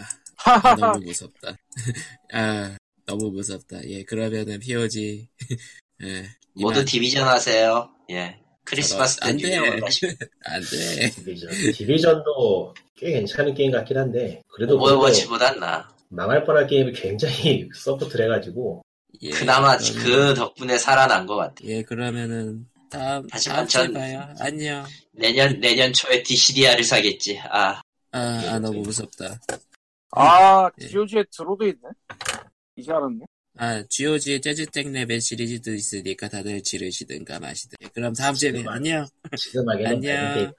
B: 하하하.
A: 너무 무섭다. 아 너무 무섭다. 예 그러면은 POG 예,
C: 모두
A: 이만
C: 디비전 하세요. 예. 크리스마스 때
A: 안 돼.
C: 뉴욕으로 가시
A: 안 돼.
D: 디비전 디비전도 꽤 괜찮은 게임 같긴 한데 그래도
A: 뭐,
D: 그거-
C: 오버워치보단 나.
D: 망할 뻔한 게임이 굉장히 서포트를 해가지고
A: 예,
C: 그나마
A: 그러면-
C: 그 덕분에 살아난 것 같아.
A: 예 그러면은 다음
C: 다시
A: 다음 주에
C: 만찬.
A: 봐요. 안녕.
C: 내년 내년 초에 DCDR을 사겠지. 아
A: 아, 아 너무 무섭다.
B: 아,
A: 예.
B: 지오지에 드로도 있네. 이제 알았네.
A: 아, GOG의 재즈땡 레벨 시리즈도 있으니까 다들 지르시든가 마시든. 예, 그럼 다음 주에 봬요. 안녕.
D: 지금 하기에는 밝은 게임.
A: 안녕.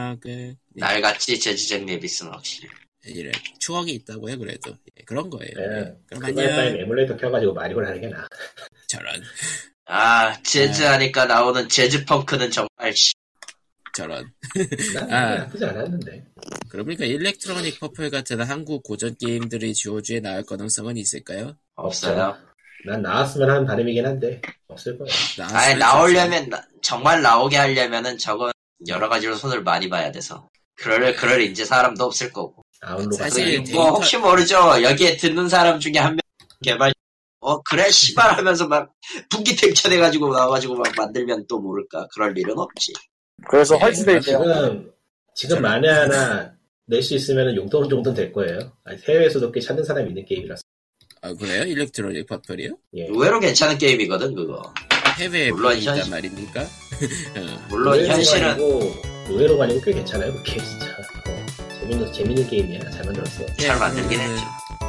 A: 안녕. 끝. 예.
C: 날같이 제지잭 네비스는 확실히.
A: 이래 추억이 있다고요 그래도 예, 그런 거예요
D: 네.
A: 예, 그럼
D: 그거에 따른
A: 안녕
D: 에뮬레이터 켜가지고 마리오를 하는 게 나아.
A: 저런
C: 아 재즈 하니까 나오는 재즈 펑크는 정말 씨,
A: 저런.
D: 난
A: 아.
D: 나쁘지 않았는데.
A: 그러니까 일렉트로닉 퍼플 같은 한국 고전 게임들이 지오주에 나올 가능성은 있을까요?
C: 없어요.
D: 난 나왔으면 하는 바람이긴 한데 없을 거야.
C: 아예 나오려면 나- 정말 나오게 하려면은 저건 여러 가지로 손을 많이 봐야 돼서 그럴 그럴 이제 사람도 없을 거고
D: 아울로
C: 그
A: 사실
C: 뭐
A: 데이터-
C: 혹시 모르죠 여기에 듣는 사람 중에 한 명 개발 어 그래 씨발 하면서 막 분기 탱천해가지고 나와가지고 막 만들면 또 모를까 그럴 일은 없지
B: 그래서
A: 예,
B: 화이트데이 때
D: 네, 지금 지금 만에 하나 낼 수 있으면 용돈 정도는 될 거예요. 아니, 해외에서도 꽤 찾는 사람이 있는 게임이라서.
A: 아 그래요? 일렉트로닉 퍼플이요?
D: 예.
C: 의외로 괜찮은 게임이거든 그거
A: 해외에
C: 물론
A: 분이단
C: 현실-
A: 말입니까? 어,
C: 물론 현실은
D: 아니고 의외로 아니고 꽤 괜찮아요. 그게 진짜 어, 재밌는 재밌는 게임이야. 잘 만들었어.
C: 잘 만들긴 했죠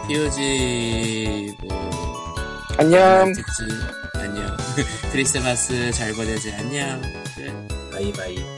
A: POG 뭐
B: 안녕
A: 특집 안녕 크리스마스 잘 보내세요 안녕 끝.
D: 바이바이.